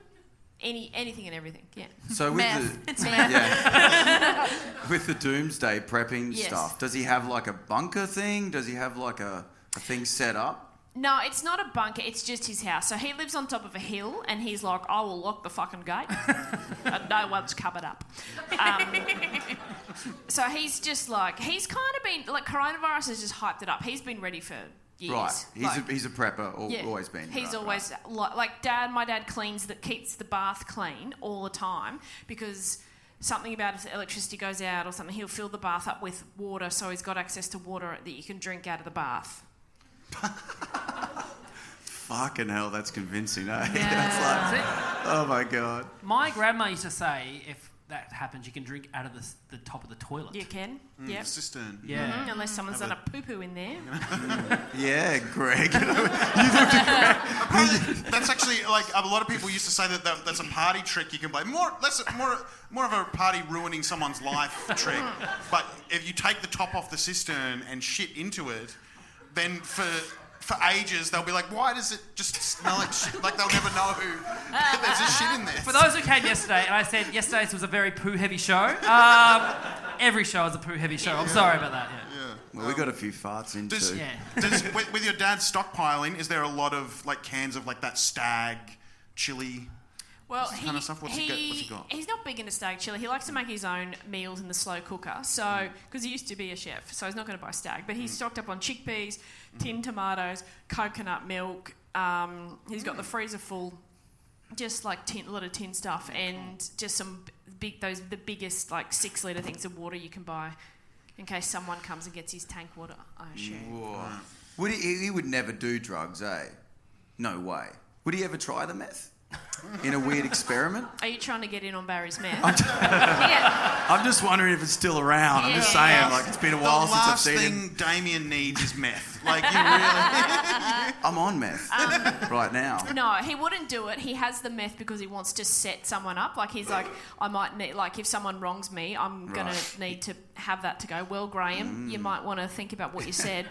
Speaker 4: any anything and everything. Yeah.
Speaker 7: So with
Speaker 6: Meth.
Speaker 7: the
Speaker 6: It's meth.
Speaker 7: yeah, with the doomsday prepping
Speaker 4: Yes.
Speaker 7: stuff, does he have like a bunker thing? Does he have like a, a thing set up?
Speaker 4: No, it's not a bunker. It's just his house. So he lives on top of a hill, and he's like, "I will lock the fucking gate, and no one's covered up." Um, so he's just like, he's kind of been like coronavirus has just hyped it up. He's been ready for years.
Speaker 7: Right. He's,
Speaker 4: Like-
Speaker 7: a, he's a prepper, al-
Speaker 4: yeah.
Speaker 7: always been.
Speaker 4: He's
Speaker 7: right,
Speaker 4: always li- like dad. My dad cleans that keeps the bath clean all the time because something about if the electricity goes out or something, he'll fill the bath up with water, so he's got access to water that you can drink out of the bath.
Speaker 7: Right. Fucking hell, that's convincing, eh? Yeah. oh my God.
Speaker 3: My grandma used to say, if that happens, you can drink out of the, s- the top of the toilet.
Speaker 4: You
Speaker 6: Mm.
Speaker 4: can, yep.
Speaker 5: Cistern.
Speaker 3: Yeah.
Speaker 4: Mhm, Unless someone's done a poo poo in there.
Speaker 7: Yeah, Greg.
Speaker 5: That's actually like a lot of people used to say that, that that's a party trick you can play. More, that's a- more, more of a party ruining someone's life trick. But if you take the top off the cistern and shit into it, then for for ages they'll be like, why does it just smell like shit? Like they'll never know who there's a shit in there.
Speaker 3: For those who came yesterday, and I said yesterday's was a very poo heavy show. Um, every show is a poo heavy show. I'm sorry about that. Yeah.
Speaker 7: well, we got a few farts in
Speaker 5: Does,
Speaker 7: too.
Speaker 5: does, with, with your dad stockpiling, is there a lot of like cans of like that stag chili?
Speaker 4: Well,
Speaker 5: This
Speaker 4: he,
Speaker 5: kind of stuff, what's he
Speaker 4: he,
Speaker 5: got- what's he got?
Speaker 4: he's not big into stag chili. He likes to make his own meals in the slow cooker. So, because he used to be a chef, so he's not going to buy stag. But he's stocked up on chickpeas, tin tomatoes, coconut milk. Um, he's got the freezer full, just like tin, a lot of tin stuff, and just some big those the biggest like six liter things of water you can buy, in case someone comes and gets his tank water. I assume.
Speaker 7: Whoa. Would he, he would never do drugs, eh? No way. Would he ever try the meth? In a weird experiment?
Speaker 4: Are you trying to get in on Barry's meth? yeah.
Speaker 7: I'm just wondering if it's still around. I'm just saying,
Speaker 4: Yeah.
Speaker 7: like, it's been a
Speaker 5: The
Speaker 7: while since I've
Speaker 5: last
Speaker 7: seen
Speaker 5: thing
Speaker 7: him.
Speaker 5: Damien needs is meth. Like you really.
Speaker 7: I'm on meth right now.
Speaker 4: Um, No, he wouldn't do it. He has the meth because he wants to set someone up. Like he's like, I might need, like, if someone wrongs me, I'm gonna
Speaker 7: Right.
Speaker 4: need to have that to go. Well, Graham,
Speaker 3: Mm.
Speaker 4: you might want to think about what you said.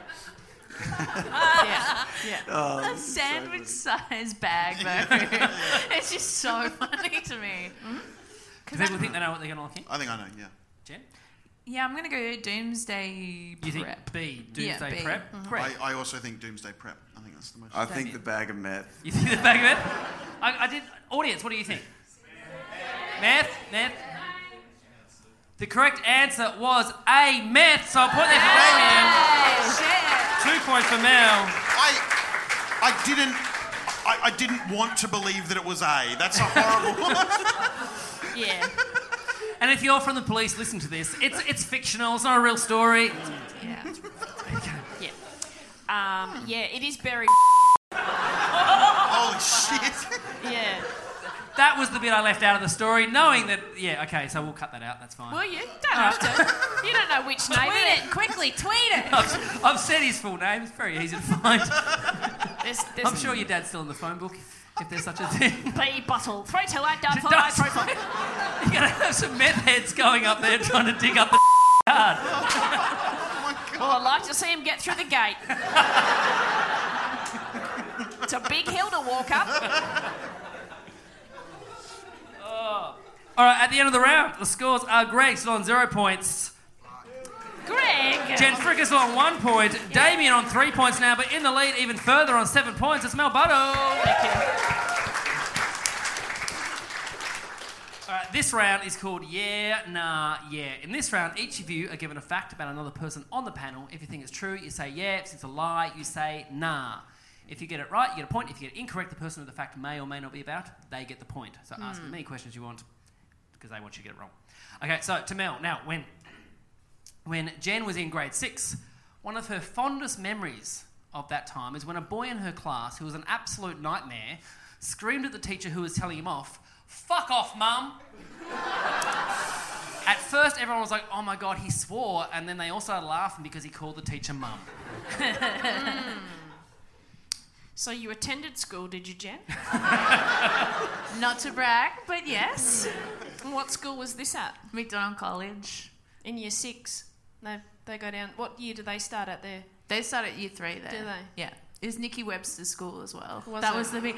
Speaker 4: yeah, yeah.
Speaker 3: Oh,
Speaker 6: a sandwich size bag though. it's just so funny to me.
Speaker 3: Because people think they know what they're going to look in.
Speaker 5: I think I know. Yeah.
Speaker 3: Jen,
Speaker 6: Yeah, I'm gonna go doomsday
Speaker 3: you think
Speaker 6: prep.
Speaker 3: B doomsday
Speaker 6: B.
Speaker 3: prep?
Speaker 5: I, I also think Doomsday Prep. I think that's the most.
Speaker 7: I think the bag of meth.
Speaker 3: You think the back of it? I, I did. Audience, what do you think? Meth, meth. The correct answer was A, meth. So I put that for Damien. Two points for Mel.
Speaker 5: I, I didn't. I, I didn't want to believe that it was A. That's a horrible.
Speaker 4: yeah.
Speaker 3: And if you're from the police, listen to this. It's it's fictional. It's not a real story.
Speaker 4: Yeah. yeah. Um, yeah, it is Barry.
Speaker 5: Holy shit!
Speaker 4: Yeah.
Speaker 3: That was the bit I left out of the story, knowing that. Yeah, okay. So we'll cut that out. That's fine.
Speaker 4: Well, you don't have to. You don't know which Oh, name it is.
Speaker 6: quickly, tweet it.
Speaker 3: I've, I've said his full name. It's very easy to find.
Speaker 4: There's, there's
Speaker 3: I'm sure your dad's still in the phone book, if there's such a thing.
Speaker 4: B bottle. Three two eight dot
Speaker 3: You're
Speaker 4: five. three, four.
Speaker 3: gonna have some meth heads going up there trying to dig up the yard.
Speaker 4: Well, Oh, I'd like to see him get through the gate. it's a big hill to walk up.
Speaker 3: All right, at the end of the round, the scores are Greg still on zero points,
Speaker 4: Greg.
Speaker 3: Jen Frick is on one point, Damien on three points now, but in the lead even further on seven points, it's Mel Butto. All right, this round is called Yeah, Nah, Yeah. In this round, each of you are given a fact about another person on the panel. If you think it's true, you say yeah. If it's a lie, you say nah. If you get it right, you get a point. If you get it incorrect, the person who the fact may or may not be about, they get the point. So ask as many questions you want because they want you to get it wrong. Okay, so to Mel. Now, when, when Jen was in grade six, one of her fondest memories of that time is when a boy in her class who was an absolute nightmare screamed at the teacher who was telling him off, Fuck off, mum! At first, everyone was like, oh my god, he swore, and then they all started laughing because he called the teacher mum.
Speaker 4: So you attended school, did you, Jen?
Speaker 6: Not to brag, but yes.
Speaker 4: What school was this at?
Speaker 6: McDonald College.
Speaker 4: In year six? No, they go down. What year do they start at there?
Speaker 6: They start at year three there.
Speaker 4: Do they?
Speaker 6: Yeah. It was Nikki Webster's school as well.
Speaker 4: Was
Speaker 6: that
Speaker 4: it?
Speaker 6: was the big.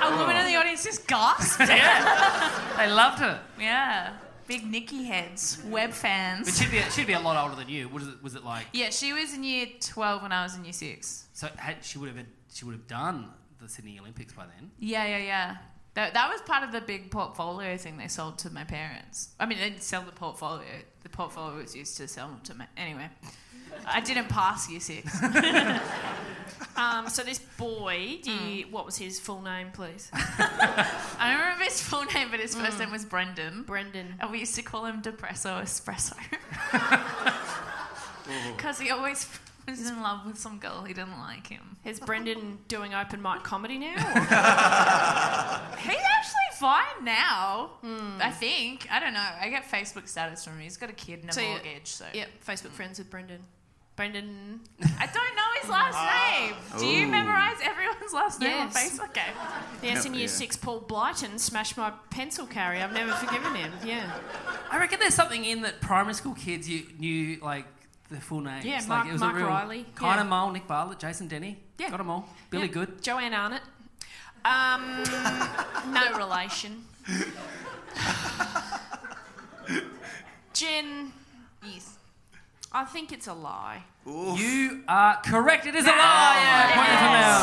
Speaker 6: A woman in the audience just gasped.
Speaker 3: yeah. They loved her.
Speaker 6: Yeah. Big Nikki heads, web fans.
Speaker 3: But she'd be, she'd be a lot older than you. Was it, was it like
Speaker 6: Yeah, she was in year 12 when I was in year 6.
Speaker 3: so? Had, she would have been- she would have done the Sydney Olympics by then.
Speaker 6: Yeah, yeah, yeah. That, that was part of the big portfolio thing they sold to my parents. I mean, they didn't sell the portfolio. The portfolio was used to sell to my. Anyway, I didn't pass year six.
Speaker 4: Um, so this boy, do you, what was his full name, please?
Speaker 6: I don't remember his full name, but his first name was Brendan.
Speaker 4: Mm. Brendan.
Speaker 6: And we used to call him Depresso Espresso. Because he always was in love with some girl who didn't like him.
Speaker 4: Is Brendan doing open mic comedy now?
Speaker 6: He's actually fine now,
Speaker 4: Hmm.
Speaker 6: I think. I don't know. I get Facebook status from him. He's got a kid and a
Speaker 4: So you-
Speaker 6: mortgage, so. Hmm.
Speaker 4: yeah, Facebook friends with Brendan. Brendan.
Speaker 6: I don't know his last name. Do you
Speaker 7: Ooh.
Speaker 6: memorize everyone's last name on
Speaker 4: Yes.
Speaker 6: Facebook? Okay.
Speaker 4: Yes,
Speaker 7: Yeah,
Speaker 4: in year
Speaker 7: yeah.
Speaker 4: six, Paul Blyton smashed my pencil carrier. I've never forgiven him. Yeah.
Speaker 3: I reckon there's something in that primary school kids you knew like the full names.
Speaker 4: Yeah,
Speaker 3: like,
Speaker 4: Mark-
Speaker 3: it was
Speaker 4: Mark
Speaker 3: a real
Speaker 4: Riley,
Speaker 3: Kind
Speaker 4: yeah.
Speaker 3: of mole, Nick Bartlett, Jason Denny.
Speaker 4: Yeah.
Speaker 3: got them all. Billy
Speaker 4: Yeah.
Speaker 3: Good.
Speaker 4: Joanne Arnott. Um, no relation. Jen. Yes. I think it's a lie.
Speaker 3: You are correct. It is a
Speaker 4: Oh,
Speaker 3: lie. Yeah,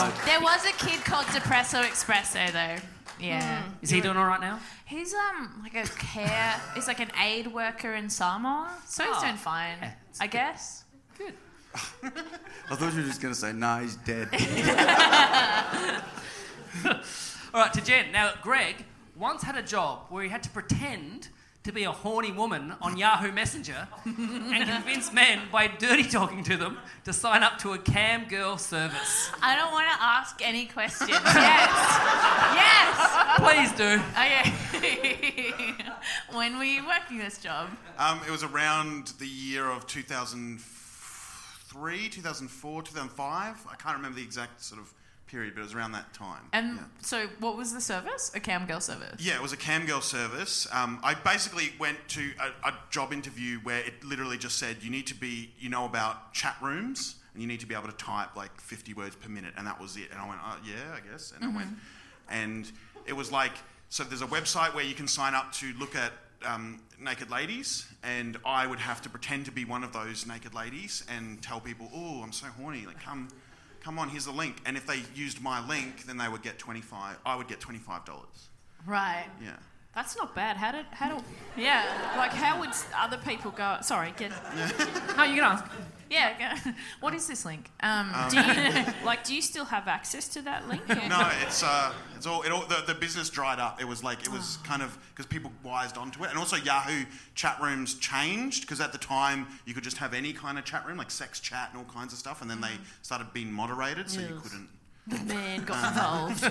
Speaker 3: point for Mel.
Speaker 6: There was a kid called Depresso Espresso, though. Yeah.
Speaker 3: Is he doing all right now?
Speaker 6: He's um like a care. he's like an aid worker in Samoa, so he's
Speaker 3: Oh.
Speaker 6: doing fine,
Speaker 3: Yeah, it's
Speaker 6: I guess.
Speaker 7: I thought you were just going to say, nah, he's dead.
Speaker 3: All right, to Jen. Now, Greg once had a job where he had to pretend to be a horny woman on Yahoo Messenger and convince men by dirty talking to them to sign up to a cam girl service.
Speaker 6: I don't want to ask any questions. yes.
Speaker 3: Please do.
Speaker 6: Yes. Okay. when were you working this job?
Speaker 5: Um, it was around the year of 2003, 2004, 2005. I can't remember the exact sort of period, but it was around that time.
Speaker 6: And
Speaker 5: yeah.
Speaker 6: so, what was the service? A cam girl service.
Speaker 5: Yeah, it was a cam girl service. Um, I basically went to a, a job interview where it literally just said you need to be, you know, about chat rooms and you need to be able to type like 50 words per minute, and that was it. And I went, oh, yeah, I guess. And I went, and it was like, so there's a website where you can sign up to look at um, naked ladies, and I would have to pretend to be one of those naked ladies and tell people, oh, I'm so horny, like come. Come on, here's the link. And if they used my link, then they would get 25. I would get $25.
Speaker 6: Right.
Speaker 5: Yeah.
Speaker 4: That's not bad. How did how do
Speaker 6: Yeah.
Speaker 4: like how would other people go? Sorry, get
Speaker 3: No, you can ask.
Speaker 6: Yeah. go- What is this link? Um,
Speaker 4: do you, like do you still have access to that link?
Speaker 5: No, it's uh, it's all it all the, the business dried up. It was like it was kind of because people wised onto it, and also Yahoo chat rooms changed because at the time you could just have any kind of chat room, like sex chat and all kinds of stuff, and then they started being moderated, so you couldn't.
Speaker 6: the man got involved.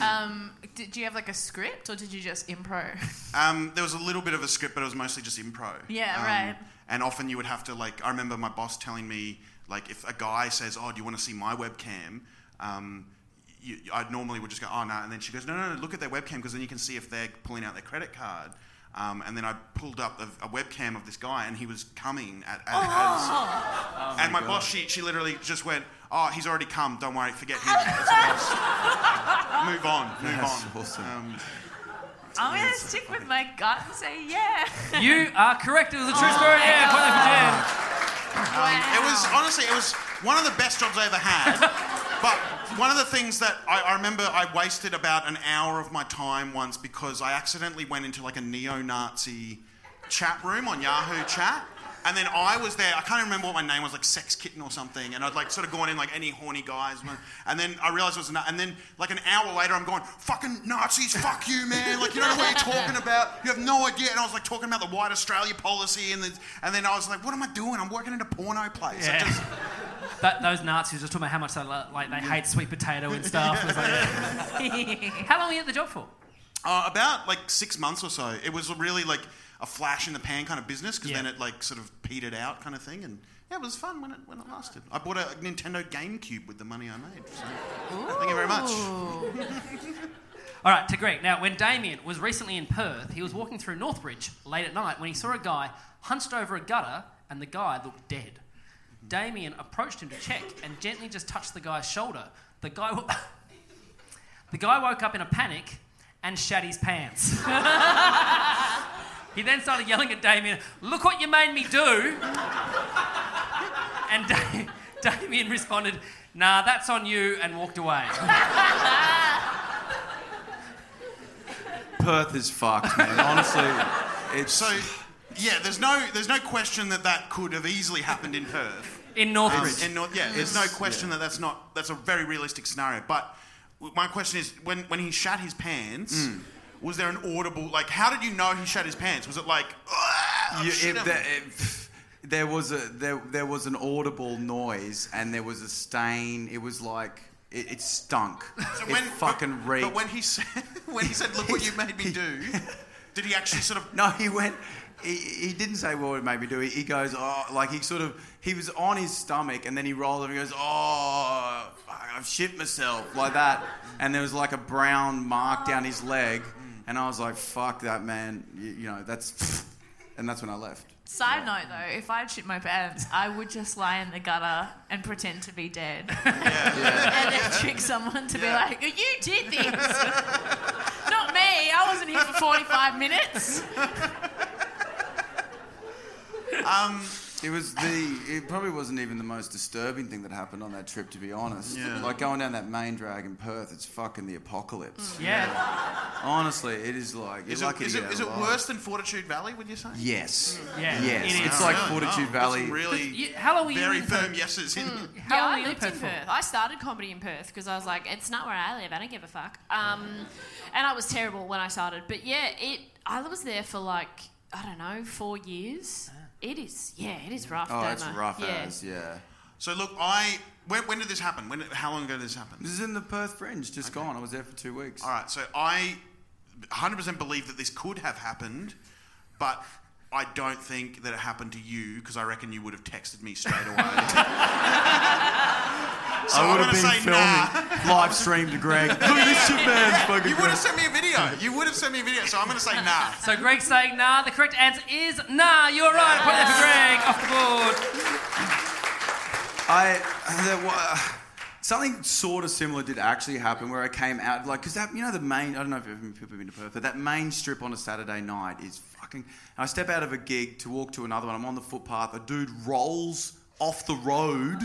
Speaker 6: um, did, do you have like a script or did you just improv?
Speaker 5: Um, there was a little bit of a script, but it was mostly just improv.
Speaker 6: Yeah,
Speaker 5: Um,
Speaker 6: right.
Speaker 5: And often you would have to like. I remember my boss telling me like, if a guy says, "Oh, do you want to see my webcam?" Um, you, I normally would just go, "Oh no," and then she goes, "No, no, no, look at their webcam because then you can see if they're pulling out their credit card." Um, and then I pulled up a, a webcam of this guy, and he was coming at.
Speaker 6: Oh.
Speaker 5: at
Speaker 7: Oh
Speaker 5: as, and my boss, she, she literally just went, "Oh, he's already come. Don't worry, forget him. It's lost. move on, move
Speaker 7: That's
Speaker 5: on."
Speaker 7: awesome.
Speaker 5: Um,
Speaker 6: I'm gonna stick with my gut and say yeah.
Speaker 3: You are correct. It was a
Speaker 4: Oh,
Speaker 3: true story. Yeah, point for Jen.
Speaker 5: Um,
Speaker 6: Wow.
Speaker 5: It was honestly, it was one of the best jobs I ever had. but one of the things that I, I remember, I wasted about an hour of my time once because I accidentally went into like a neo-Nazi chat room on Yahoo Chat. And then I was there. I can't remember what my name was, like Sex Kitten or something. And I'd like sort of gone in like any horny guys. And then I realised it was. Na- and then like an hour later, I'm going, "Fucking Nazis, fuck you, man! Like you don't know what you're talking about. You have no idea." And I was like talking about the White Australia policy. And, the, and then I was like, "What am I doing? I'm working in a porno place." I
Speaker 3: Yeah.
Speaker 5: just-
Speaker 3: That, those Nazis just talking about how much they lo- like they hate sweet potato and stuff. It's like- how long were you at the job for?
Speaker 5: Uh, about like six months or so. It was really like a flash in the pan kind of business because
Speaker 3: Yeah.
Speaker 5: then it like sort of petered out kind of thing. And yeah, it was fun when it when it lasted. I bought a Nintendo GameCube with the money I made. So thank you very much.
Speaker 3: All right, to Greg. Now, when Damien was recently in Perth, he was walking through Northbridge late at night when he saw a guy hunched over a gutter and the guy looked dead. Damien approached him to check and gently just touched the guy's shoulder. The guy, w- the guy woke up in a panic and shat his pants. He then started yelling at Damien, Look what you made me do! and da- Damien responded, Nah, that's on you, and walked away.
Speaker 7: Perth is fucked, man. Honestly, it's
Speaker 5: So, yeah, there's no, there's no question that that could have easily happened in Perth.
Speaker 3: In Northbridge.
Speaker 5: It's- in North, yeah, there's no question that that's not that's a very realistic scenario. But w- my question is, when when he shat his pants,
Speaker 7: Mm.
Speaker 5: was there an audible like? How did you know he shat his pants? Was it like? "Ah, I'm
Speaker 7: you,
Speaker 5: shitting
Speaker 7: if there, if there was a there, there was an audible noise and there was a stain. It was like it, it stunk.
Speaker 5: So
Speaker 7: it fucking
Speaker 5: but,
Speaker 7: reeked.
Speaker 5: But when he said, when he said, "Look what you made me do," did he actually sort of?
Speaker 7: No, he went. He, he didn't say what it made me do. He, he goes, oh, like he sort of he was on his stomach, and then he rolled over and goes, oh, fuck, I've shit myself like that, and there was like a brown mark down his leg, and I was like, fuck that man, you, you know that's, and that's when I left.
Speaker 6: Side note though, if I'd shit my pants, I would just lie in the gutter and pretend to be dead. and then trick someone to
Speaker 5: Yeah.
Speaker 6: be like, You did this! Not me, I wasn't here for 45 minutes.
Speaker 7: It was the. It probably wasn't even the most disturbing thing that happened on that trip, to be honest. Like going down that main drag in Perth, it's fucking the apocalypse.
Speaker 3: yeah.
Speaker 7: Honestly, it is
Speaker 5: Mm.
Speaker 7: like. You're
Speaker 5: Is it,
Speaker 7: lucky
Speaker 5: is
Speaker 7: to
Speaker 5: it,
Speaker 7: get out
Speaker 5: is it
Speaker 7: alive.
Speaker 5: worse than Fortitude Valley? Would you say?
Speaker 7: Yes.
Speaker 3: Yeah,
Speaker 7: Yes.
Speaker 3: it is.
Speaker 7: It's like
Speaker 5: Oh,
Speaker 7: Fortitude
Speaker 5: oh,
Speaker 7: Valley.
Speaker 5: Some really
Speaker 3: You- how long were you Hmm.
Speaker 5: very
Speaker 3: in
Speaker 5: firm
Speaker 3: Perth?
Speaker 5: yeses in.
Speaker 4: yeah,
Speaker 3: long were
Speaker 4: I
Speaker 3: you in
Speaker 4: lived in
Speaker 3: Perth
Speaker 4: Perth.
Speaker 3: for?
Speaker 4: I started comedy in Perth because I was like, it's not where I live. I don't give a fuck. Um, and I was terrible when I started, but yeah, it. I was there for like I don't know four years. It is, yeah, it is rough.
Speaker 7: Ah. Oh,
Speaker 4: Domo.
Speaker 7: it's rough
Speaker 4: yeah.
Speaker 7: as yeah.
Speaker 5: So look, I when, when did this happen? When how long ago did this happen?
Speaker 7: This is in the Perth Fringe. Just gone. I was there for two weeks.
Speaker 5: All right, so I 100% believe that this could have happened, but I don't think that it happened to you because I reckon you would have texted me straight away. so
Speaker 7: I
Speaker 5: I'm
Speaker 7: would
Speaker 5: going
Speaker 7: have
Speaker 5: to
Speaker 7: been
Speaker 5: say
Speaker 7: filming,
Speaker 5: nah.
Speaker 7: live streamed to Greg. Look at this shit man's fucking.
Speaker 5: You would have sent me a video. You would have sent me a video, so I'm going to say nah.
Speaker 3: So Greg's saying, Nah, the correct answer is Nah, you're right. Point there for Greg. Off the board.
Speaker 7: I there wa- something sort of similar did actually happen where I came out like because that you know the main I don't know if you've ever been to Perth but that main strip on a Saturday night is fucking. I step out of a gig to walk to another one. I'm on the footpath. A dude rolls off the road.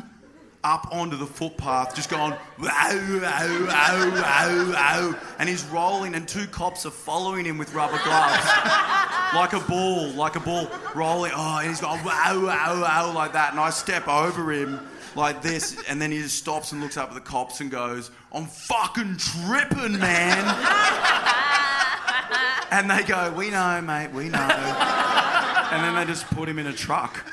Speaker 7: Up onto the footpath, just going, wow, wow, wow, wow, wow. And he's rolling, and two cops are following him with rubber gloves like a ball, like a ball rolling. Oh, and he's going wow, wow, wow, like that. And I step over him like this, and then he just stops and looks up at the cops and goes, "I'm fucking tripping, man." and they go, "We know, mate, we know." and then they just put him in a truck.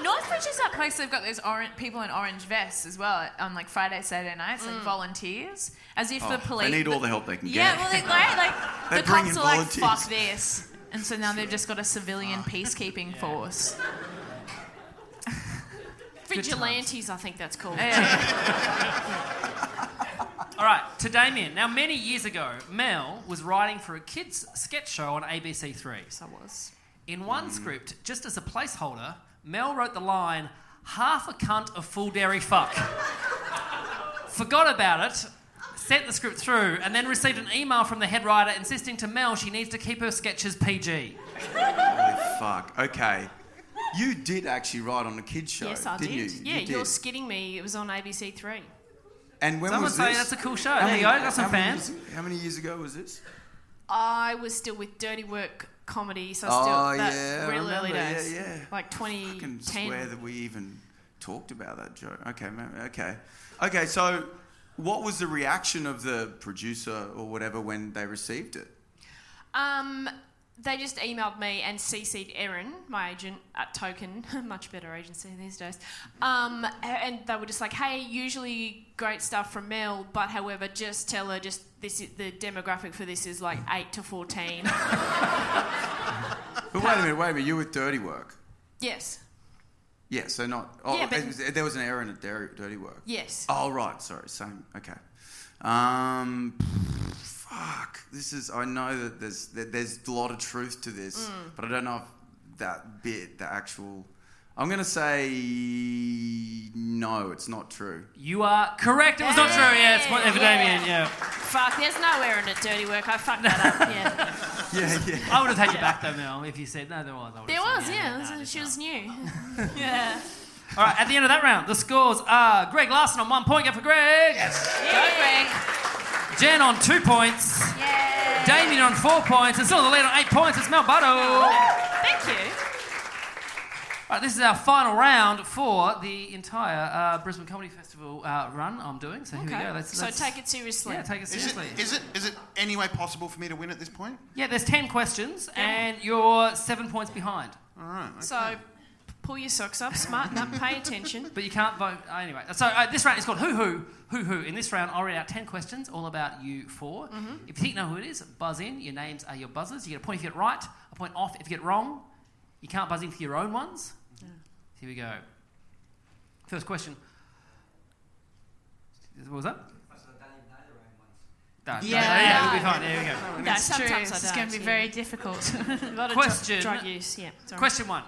Speaker 6: Northbridge is that place they've got those orange people in orange vests as well on like Friday, Saturday nights, like volunteers, as if the police.
Speaker 7: Mm. Oh, they need all the help they can
Speaker 6: yeah,
Speaker 7: get.
Speaker 6: well, they, right, like
Speaker 7: They
Speaker 6: the
Speaker 7: bring
Speaker 6: cops
Speaker 7: in
Speaker 6: are like,
Speaker 7: volunteers. Oh.
Speaker 6: fuck this, and so now they've just got a civilian peacekeeping force.
Speaker 4: Vigilantes, I think that's called.
Speaker 3: All right, to Damien. Now, many years ago, Mel was writing for a kids' sketch show on ABC3.
Speaker 4: I was.
Speaker 3: In one script, just as a placeholder, Mel wrote the line, half a cunt of full dairy fuck. Forgot about it, sent the script through, and then received an email from the head writer insisting to Mel she needs to keep her sketches PG.
Speaker 7: Holy fuck. Okay. You did actually write on a kids show,
Speaker 4: Yes, I did.
Speaker 7: didn't you?
Speaker 4: Yeah,
Speaker 7: you
Speaker 4: are
Speaker 7: did.
Speaker 4: skidding me. It was on ABC Three.
Speaker 7: And when
Speaker 3: Someone
Speaker 7: was
Speaker 3: say
Speaker 7: this?
Speaker 3: that's a cool show.
Speaker 7: How
Speaker 3: there
Speaker 7: many-
Speaker 3: you go, got some
Speaker 7: how many
Speaker 3: fans.
Speaker 7: years- how many years ago was this?
Speaker 4: I was still with Dirty Work comedy, so still
Speaker 7: Oh,
Speaker 4: that
Speaker 7: yeah, I
Speaker 4: real early
Speaker 7: remember, yeah,
Speaker 4: days,
Speaker 7: yeah.
Speaker 4: like
Speaker 7: I can
Speaker 4: 2010.
Speaker 7: swear that we even talked about that joke. Okay, ma- okay, okay. So, what was the reaction of the producer or whatever when they received it?
Speaker 4: Um, they just emailed me and CC'd Erin, my agent at Token, much better agency these days. Um, a- and they were just like, "Hey, usually great stuff from Mel, but however, just tell her just this is the demographic for this is like eight to fourteen.
Speaker 7: But wait a minute, wait a minute. You were with Dirty Work.
Speaker 4: yes,
Speaker 7: Yeah, so not. Oh,
Speaker 4: Yeah, but-
Speaker 7: it was- there was an error in a Dirty Dirty Work.
Speaker 4: yes.
Speaker 7: Oh right, sorry, same. Okay. Um, fuck. This is. I know that there's that there's a lot of truth to this, but I don't know if that bit, the actual. I'm gonna say no. It's not true.
Speaker 3: You are correct, it was not true. Yeah, it's point there for Damien, yeah.
Speaker 4: fuck. There's nowhere in it dirty work. I fucked that up. Yeah.
Speaker 7: Yeah, yeah.
Speaker 3: I would have had you back though, Mel, if you said no. There was. I Oh. would've
Speaker 4: There
Speaker 3: said,
Speaker 4: was, yeah.
Speaker 3: nah,
Speaker 4: she was new. yeah.
Speaker 3: All right, at the end of that round, the scores are Greg Larson on one point, go for Greg. Jen on two points. Damien on four points. And still the lead on eight points. It's Mel Butto.
Speaker 4: Thank you.
Speaker 3: All right, this is our final round for the entire uh, Brisbane Comedy Festival uh, run I'm doing. So here we
Speaker 4: Okay.
Speaker 3: go. Let's,
Speaker 4: so
Speaker 3: let's-
Speaker 4: take it seriously.
Speaker 3: Yeah, take it
Speaker 5: Is
Speaker 3: seriously.
Speaker 5: it, is it is it any way possible for me to win at this point?
Speaker 3: yeah, there's 10 questions, and you're seven points behind.
Speaker 4: So pull your socks up, smarten up, pay attention.
Speaker 3: But you can't vote uh, anyway. So uh, this round is called Who Who Who Who. In this round, I'll read out ten questions, all about you 4 If you think you know who it is, buzz in. Your names are your buzzers. You get a point if you get it right, a point off if you get it wrong. You can't buzz in for your own ones. Here we go. First question. What was that? No,
Speaker 6: Yeah.
Speaker 3: yeah, yeah, we'll be fine. There we go.
Speaker 4: That's true.
Speaker 6: Sometimes
Speaker 4: It's
Speaker 6: it's going
Speaker 4: gonna
Speaker 6: to
Speaker 4: be
Speaker 6: be
Speaker 4: very
Speaker 6: very difficult.
Speaker 4: A lot of
Speaker 3: Question.
Speaker 4: Drug, drug use, yeah. Sorry.
Speaker 3: Question one.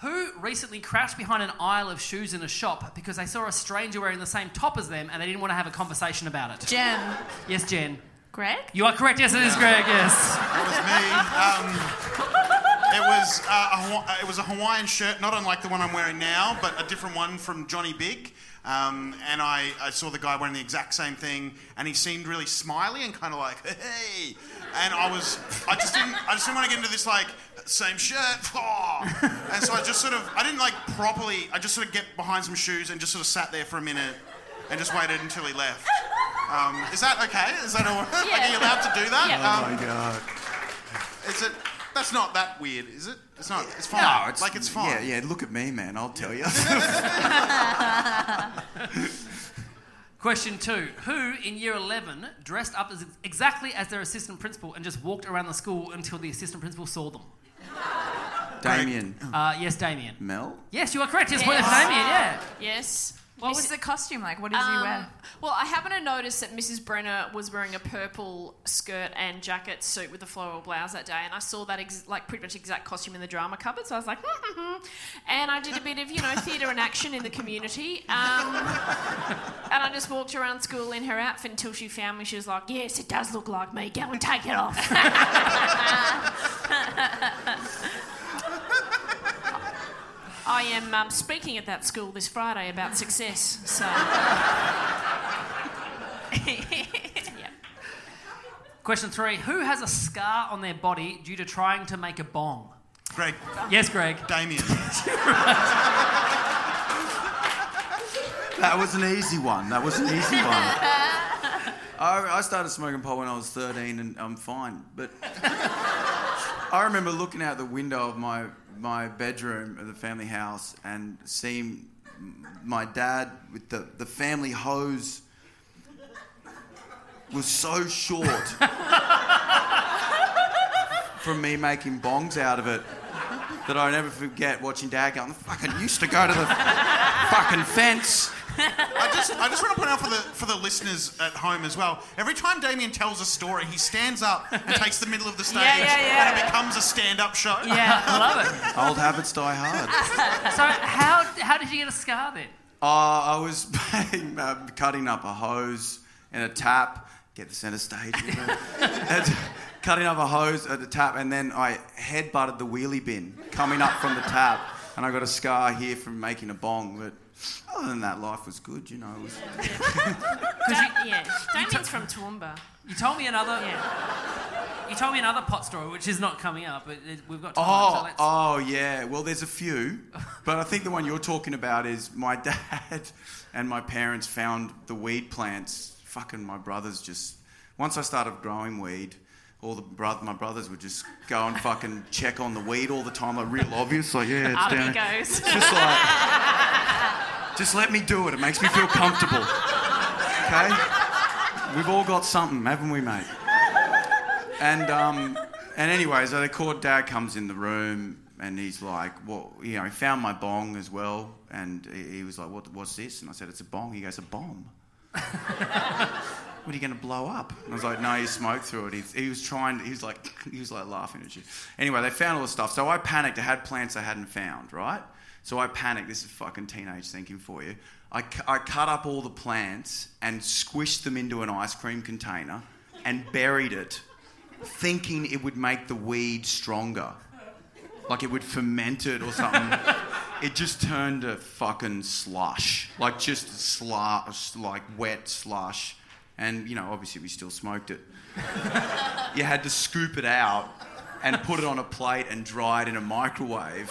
Speaker 3: Who recently crouched behind an aisle of shoes in a shop because they saw a stranger wearing the same top as them and they didn't want to have a conversation about it?
Speaker 6: Jen,
Speaker 3: Yes, Jen.
Speaker 6: Greg,
Speaker 3: You are correct. Yes, it is Greg. Yes.
Speaker 5: That was me. Um, it was uh, a, Hawa- uh, it was a Hawaiian shirt, not unlike the one I'm wearing now, but a different one from Johnny Big. Um, and I, I saw the guy wearing the exact same thing, and he seemed really smiley and kind of like, hey. And I was, I just didn't, I just didn't want to get into this like same shirt. oh. And so I just sort of, I didn't like properly. I just sort of get behind some shoes and just sort of sat there for a minute, and just waited until he left. Um, is that okay? Is that all? like, are you allowed to do that?
Speaker 4: Yeah.
Speaker 5: Um,
Speaker 7: Oh my god.
Speaker 5: is it? That's not that weird, is it? It's not. It's fine.
Speaker 7: No, it's
Speaker 5: like it's fine.
Speaker 7: Yeah, yeah. Look at me, man. I'll tell you.
Speaker 3: Question two. Who in year 11 dressed up as exactly as their assistant principal and just walked around the school until the assistant principal saw them?
Speaker 7: Damien.
Speaker 3: Uh, yes, Damien.
Speaker 7: Mel.
Speaker 3: Yes, you are correct. Yes, well, it's Damien, yeah.
Speaker 4: Yes. Um,
Speaker 6: what was the costume like? What did you wear?
Speaker 4: Well, I happen to notice that Mrs. Brenner was wearing a purple skirt and jacket suit with a floral blouse that day, and I saw that ex- like pretty much exact costume in the drama cupboard. So I was like, mm-hmm. and I did a bit of you know theatre and action in the community, um, and I just walked around school in her outfit until she found me. She was like, "Yes, it does look like me. Go and take it off." I am um, speaking at that school this Friday about success. So. yeah.
Speaker 3: Question three. Who has a scar on their body due to trying to make a bong?
Speaker 5: Greg,
Speaker 3: Yes, Greg.
Speaker 5: Damien.
Speaker 7: That was an easy one. That was an easy one. I, I started smoking pot when I was 13, and I'm fine. But I remember looking out the window of my my bedroom of the family house and seeing my dad with the, the family hose was so short from me making bongs out of it that I never forget watching dad going, "I fucking used to go to the fucking fence.
Speaker 5: I just, I just want to point out for the for the listeners at home as well. Every time Damien tells a story, he stands up and takes the middle of the stage,
Speaker 6: yeah, yeah.
Speaker 5: and it becomes a stand-up show.
Speaker 3: I love it.
Speaker 7: Old habits die hard.
Speaker 3: So, how, how did you get a scar then?
Speaker 7: Uh, I was uh, cutting up a hose and a tap. Get the centre stage. you know. And cutting up a hose at the tap, and then I head butted the wheelie bin coming up from the tap, and I got a scar here from making a bong. But other than that, life was good, you know. It was,
Speaker 4: Da- yeah. Damien's from Toowoomba.
Speaker 3: You told me another.
Speaker 4: Yeah.
Speaker 3: You told me another pot story, which is not coming up, but it, we've got time. so
Speaker 7: Oh,
Speaker 3: let's-
Speaker 7: oh yeah. Well, there's a few, but I think the one you're talking about is my dad and my parents found the weed plants. Fucking my brothers just. Once I started growing weed, all the broth- my brothers would just go and fucking check on the weed all the time, like real obvious, like yeah, it's
Speaker 4: Up
Speaker 7: down.
Speaker 4: he goes.
Speaker 7: It's just like, just let me do it. It makes me feel comfortable. Okay, we've all got something, haven't we, mate? And um, and anyway, so the court dad comes in the room and he's like, "Well, you know, he found my bong as well." And he, he was like, "What? What's this?" And I said, "It's a bong." He goes, "A bomb." what are you going to blow up? And I was like, no, you smoked through it. He, he was trying, he was like, he was like laughing at you. Anyway, they found all the stuff. So I panicked. I had plants I hadn't found, right? So I panicked. This is fucking teenage thinking for you. I, cu- I cut up all the plants and squished them into an ice cream container and buried it, thinking it would make the weed stronger. Like it would ferment it or something. it just turned to fucking slush. Like just slush, like wet slush. And, you know, obviously we still smoked it. you had to scoop it out and put it on a plate and dry it in a microwave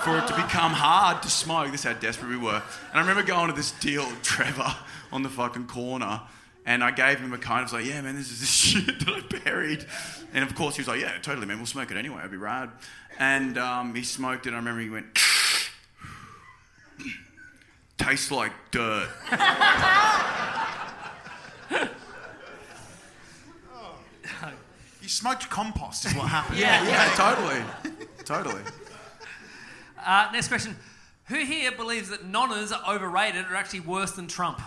Speaker 7: for it to become hard to smoke. This is how desperate we were. And I remember going to this deal with Trevor on the fucking corner. And I gave him a kind of was like, yeah, man, this is this shit that I buried. And of course, he was like, yeah, totally, man, we'll smoke it anyway. It'll be rad. And um, he smoked it. I remember he went, tastes like dirt.
Speaker 5: You smoked compost, is what happened.
Speaker 7: yeah, totally. Totally.
Speaker 3: Uh, next question. Who here believes that nonnas are overrated or actually worse than Trump?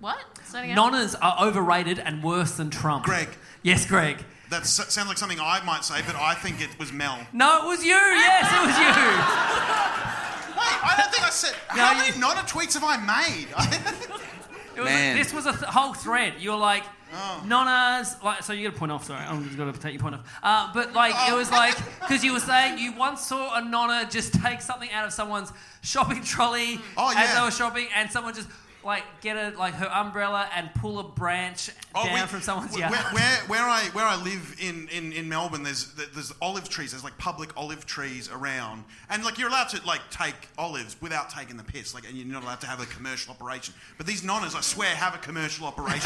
Speaker 6: What? Say it again.
Speaker 3: Nonnas are overrated and worse than Trump.
Speaker 5: Greg.
Speaker 3: Yes, Greg.
Speaker 5: That s- sounds like something I might say, but I think it was Mel. Wait,
Speaker 3: No, it was you. Yes, it was you.
Speaker 5: I don't think I said.
Speaker 3: No,
Speaker 5: How
Speaker 3: you-
Speaker 5: many Nonna tweets have I made?
Speaker 3: It was
Speaker 7: Man.
Speaker 3: this was a th- whole thread. You were like,
Speaker 5: Oh.
Speaker 3: nonnas. Like, so you got a point off. Sorry, I'm just got to take your point off. Uh, but like, it was like because you were saying you once saw a nonna just take something out of someone's shopping trolley
Speaker 5: Oh,
Speaker 3: as
Speaker 5: yeah.
Speaker 3: they were shopping, and someone just like get a like her umbrella and pull a branch down
Speaker 5: Oh, we-
Speaker 3: from someone's
Speaker 5: where,
Speaker 3: yard.
Speaker 5: where, where I where I live in, in, in Melbourne, there's there's olive trees. There's like public olive trees around, and like you're allowed to like take olives without taking the piss. Like, and you're not allowed to have a commercial operation. But these nonnas, I swear, have a commercial operation.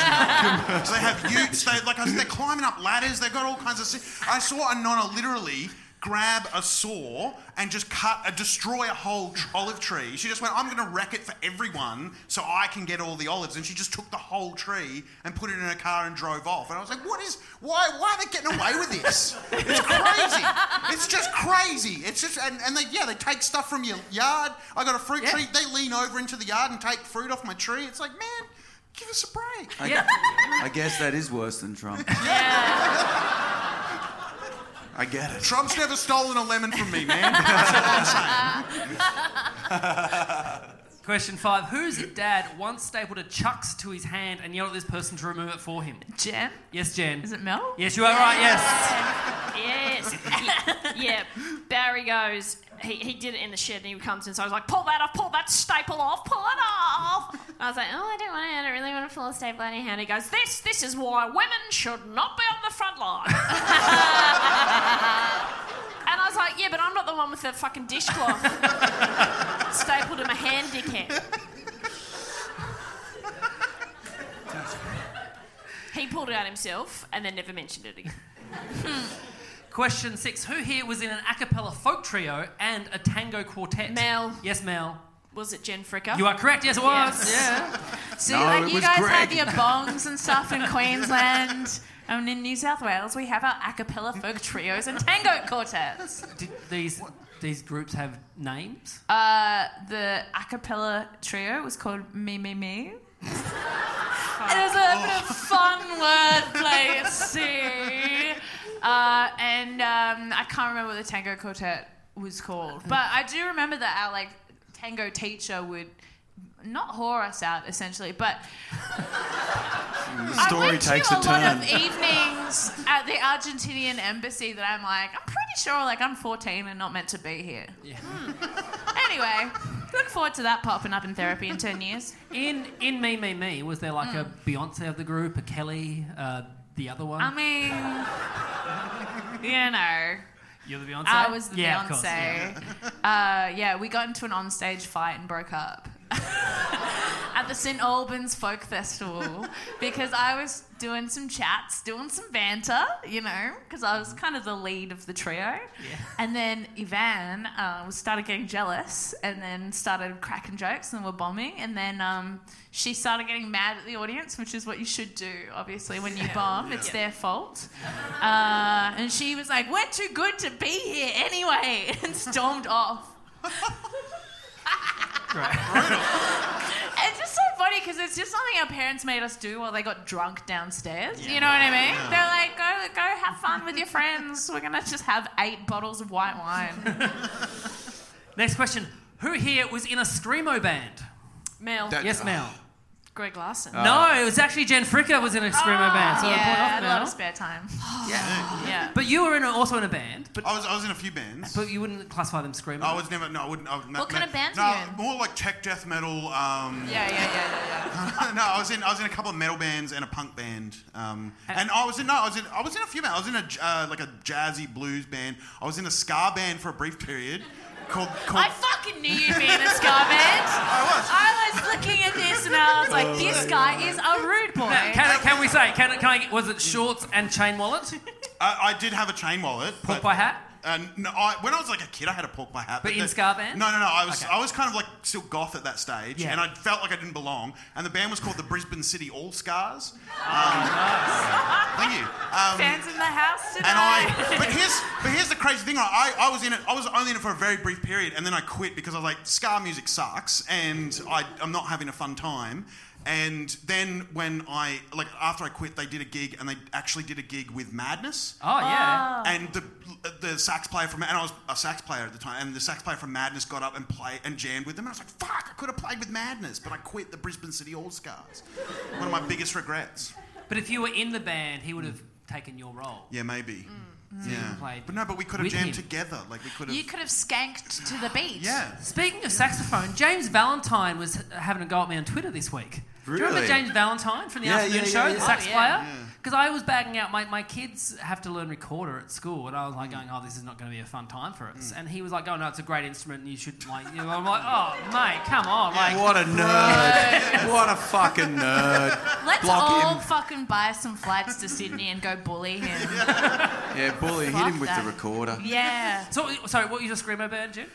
Speaker 5: so they have utes. They like they're climbing up ladders. They've got all kinds of. si- I saw a nonna literally. Grab a saw and just cut, uh, destroy a whole tr- olive tree. She just went, I'm going to wreck it for everyone so I can get all the olives. And she just took the whole tree and put it in her car and drove off. And I was like, what is, why, why are they getting away with this? It's crazy. it's just crazy. It's just, and, and they, yeah, they take stuff from your yard. I got a fruit
Speaker 3: Yeah.
Speaker 5: tree. They lean over into the yard and take fruit off my tree. It's like, man, give us a break.
Speaker 3: yeah.
Speaker 7: I guess that is worse than Trump. I get it.
Speaker 5: Trump's never stolen a lemon from me, man.
Speaker 3: Question five: Whose dad once stapled a chucks to his hand and yelled at this person to remove it for him?
Speaker 6: Jen?
Speaker 3: Yes, Jen.
Speaker 6: Is it Mel?
Speaker 3: Yes, you are right. Yes.
Speaker 4: Yes. Y- yeah. Barry goes, he, he did it in the shed and he comes in. So I was like, pull that off, pull that staple off, pull it off. And I was like, oh, I don't want to, I don't really want to pull a staple out of your hand. He goes, this, this is why women should not be on the front line. and I was like, yeah, but I'm not the one with the fucking dishcloth stapled to my hand, dickhead. He pulled it out himself and then never mentioned it again.
Speaker 3: Question six: Who here was in an a cappella folk trio and a tango quartet?
Speaker 4: Mel.
Speaker 3: Yes, Mel.
Speaker 4: Was it Jen Fricker?
Speaker 3: You are correct. Yes, it was.
Speaker 4: Yes.
Speaker 3: Yeah.
Speaker 6: See,
Speaker 7: No,
Speaker 6: like
Speaker 7: Oh, it
Speaker 6: you
Speaker 7: was
Speaker 6: guys
Speaker 7: Greg.
Speaker 6: have your bongs and stuff in Queensland. And in New South Wales, we have our a cappella folk trios and tango quartets.
Speaker 3: Did these these groups have names?
Speaker 6: Uh, the a cappella trio was called Me Me Me. it was a bit of fun word play, see. Uh, and um, I can't remember what the tango quartet was called, but I do remember that our like tango teacher would not whore us out essentially, but
Speaker 7: The
Speaker 6: I
Speaker 7: story
Speaker 6: went
Speaker 7: takes
Speaker 6: to
Speaker 7: a,
Speaker 6: a, lot
Speaker 7: turn.
Speaker 6: of evenings at the Argentinian embassy that I'm like, I'm pretty sure like I'm 14 and not meant to be here. Yeah. anyway, look forward to that popping up in therapy in 10 years.
Speaker 3: In in Me Me Me, was there like a
Speaker 6: Hmm.
Speaker 3: Beyonce of the group, a Kelly, uh, the other one?
Speaker 6: I mean, you know,
Speaker 3: You're the Beyonce.
Speaker 6: I was the
Speaker 3: yeah,
Speaker 6: Beyonce.
Speaker 3: Of course, yeah.
Speaker 6: Uh, yeah, we got into an onstage fight and broke up. At the St. Albans Folk Festival, because I was doing some chats, doing some banter, you know, because I was kind of the lead of the trio. And then Ivan uh, was- started getting jealous and then started cracking jokes and we're bombing. And then um, she started getting mad at the audience, which is what you should do, obviously, when you bomb. It's their fault. Uh, and she was like, We're too good to be here anyway, and stormed off. It's just so funny because it's just something our parents made us do while they got drunk downstairs. You know what I mean? They're like, go, go have fun with your friends. We're going to just have eight bottles of white wine.
Speaker 3: Next question: Who here was in a screamo band?
Speaker 4: Mel.
Speaker 7: That-
Speaker 3: Yes, Mel.
Speaker 4: Greg Larson.
Speaker 5: Uh,
Speaker 3: no, it was actually Jen Fricker was in a screamo band. So I'm point
Speaker 6: Ah, yeah,
Speaker 3: off
Speaker 6: a
Speaker 3: now.
Speaker 6: lot of spare time.
Speaker 4: Yeah.
Speaker 3: But you were in a, also in a band, but
Speaker 5: I was, I was in a few bands.
Speaker 3: but you wouldn't classify them screamo.
Speaker 5: I was never. No, I wouldn't. I would,
Speaker 6: What kind of bands
Speaker 5: No,
Speaker 6: were you in?
Speaker 5: more like tech death metal. Um,
Speaker 6: Yeah, yeah, yeah, yeah, yeah.
Speaker 5: no, I was in. I was in a couple of metal bands and a punk band. Um, and I was in. No, I was in. I was in a few bands. I was in a j- uh, like a jazzy blues band. I was in a ska band for a brief period. Called. called
Speaker 6: I fucking knew you'd be in a ska band. I
Speaker 5: was.
Speaker 6: I was looking at this and I was like, this guy is a rude boy.
Speaker 3: Now, can, can we say? Can, can I? Was it shorts and chain wallet?
Speaker 5: I, I did have a chain wallet.
Speaker 3: Pork
Speaker 5: but-
Speaker 3: pie hat?
Speaker 5: And no, I, when I was like a kid, I had a pork pie hat.
Speaker 3: But in
Speaker 5: the-
Speaker 3: ska band?
Speaker 5: No, no, no. I was
Speaker 3: Okay.
Speaker 5: I was kind of like still goth at that stage,
Speaker 3: Yeah.
Speaker 5: and I felt like I didn't belong. And the band was called the Brisbane City All Scars. Um, Thank you. Um,
Speaker 6: Fans in the house today.
Speaker 5: and I, but here's, but here's the crazy thing. I, I was in it. I was only in it for a very brief period, and then I quit because I was like, ska music sucks, and I, I'm not having a fun time. And then when I, like, after I quit, they did a gig, and they actually did a gig with Madness.
Speaker 3: Oh yeah.
Speaker 5: And the the sax player from and I was a sax player at the time, and the sax player from Madness got up and play and jammed with them, and I was like, "Fuck, I could have played with Madness, but I quit the Brisbane City All Scars." One of my biggest regrets.
Speaker 3: But if you were in the band, he would have taken your role.
Speaker 5: Yeah, maybe.
Speaker 3: You
Speaker 5: Yeah,
Speaker 3: played
Speaker 5: but no, but we could have
Speaker 3: with
Speaker 5: jammed
Speaker 3: him.
Speaker 5: together. Like we could have.
Speaker 6: you could have skanked to the beat.
Speaker 5: yeah.
Speaker 3: Speaking of saxophone, James Valentine was h- having a go at me on Twitter this week. Do you remember
Speaker 7: Really?
Speaker 3: James Valentine from the
Speaker 7: Yeah,
Speaker 3: afternoon
Speaker 7: yeah, yeah,
Speaker 3: show,
Speaker 7: yeah.
Speaker 3: the
Speaker 7: Oh,
Speaker 3: sax
Speaker 6: yeah.
Speaker 3: player? Because I was bagging out my, my kids have to learn recorder at school, and I was like going, "Oh, this is not going to be a fun time for us."
Speaker 7: Mm.
Speaker 3: And he was like, "Oh no, it's a great instrument, and you should like." You know, I'm like, "Oh mate, come on!" Like,
Speaker 7: What a nerd. what a fucking nerd.
Speaker 6: Let's
Speaker 7: Block
Speaker 6: all
Speaker 7: him.
Speaker 6: fucking buy some flights to Sydney and go bully him.
Speaker 7: Yeah, bully, hit
Speaker 6: Fuck
Speaker 7: him with
Speaker 6: that.
Speaker 7: the recorder.
Speaker 6: Yeah.
Speaker 3: So, sorry, what was your screamo band, Jim?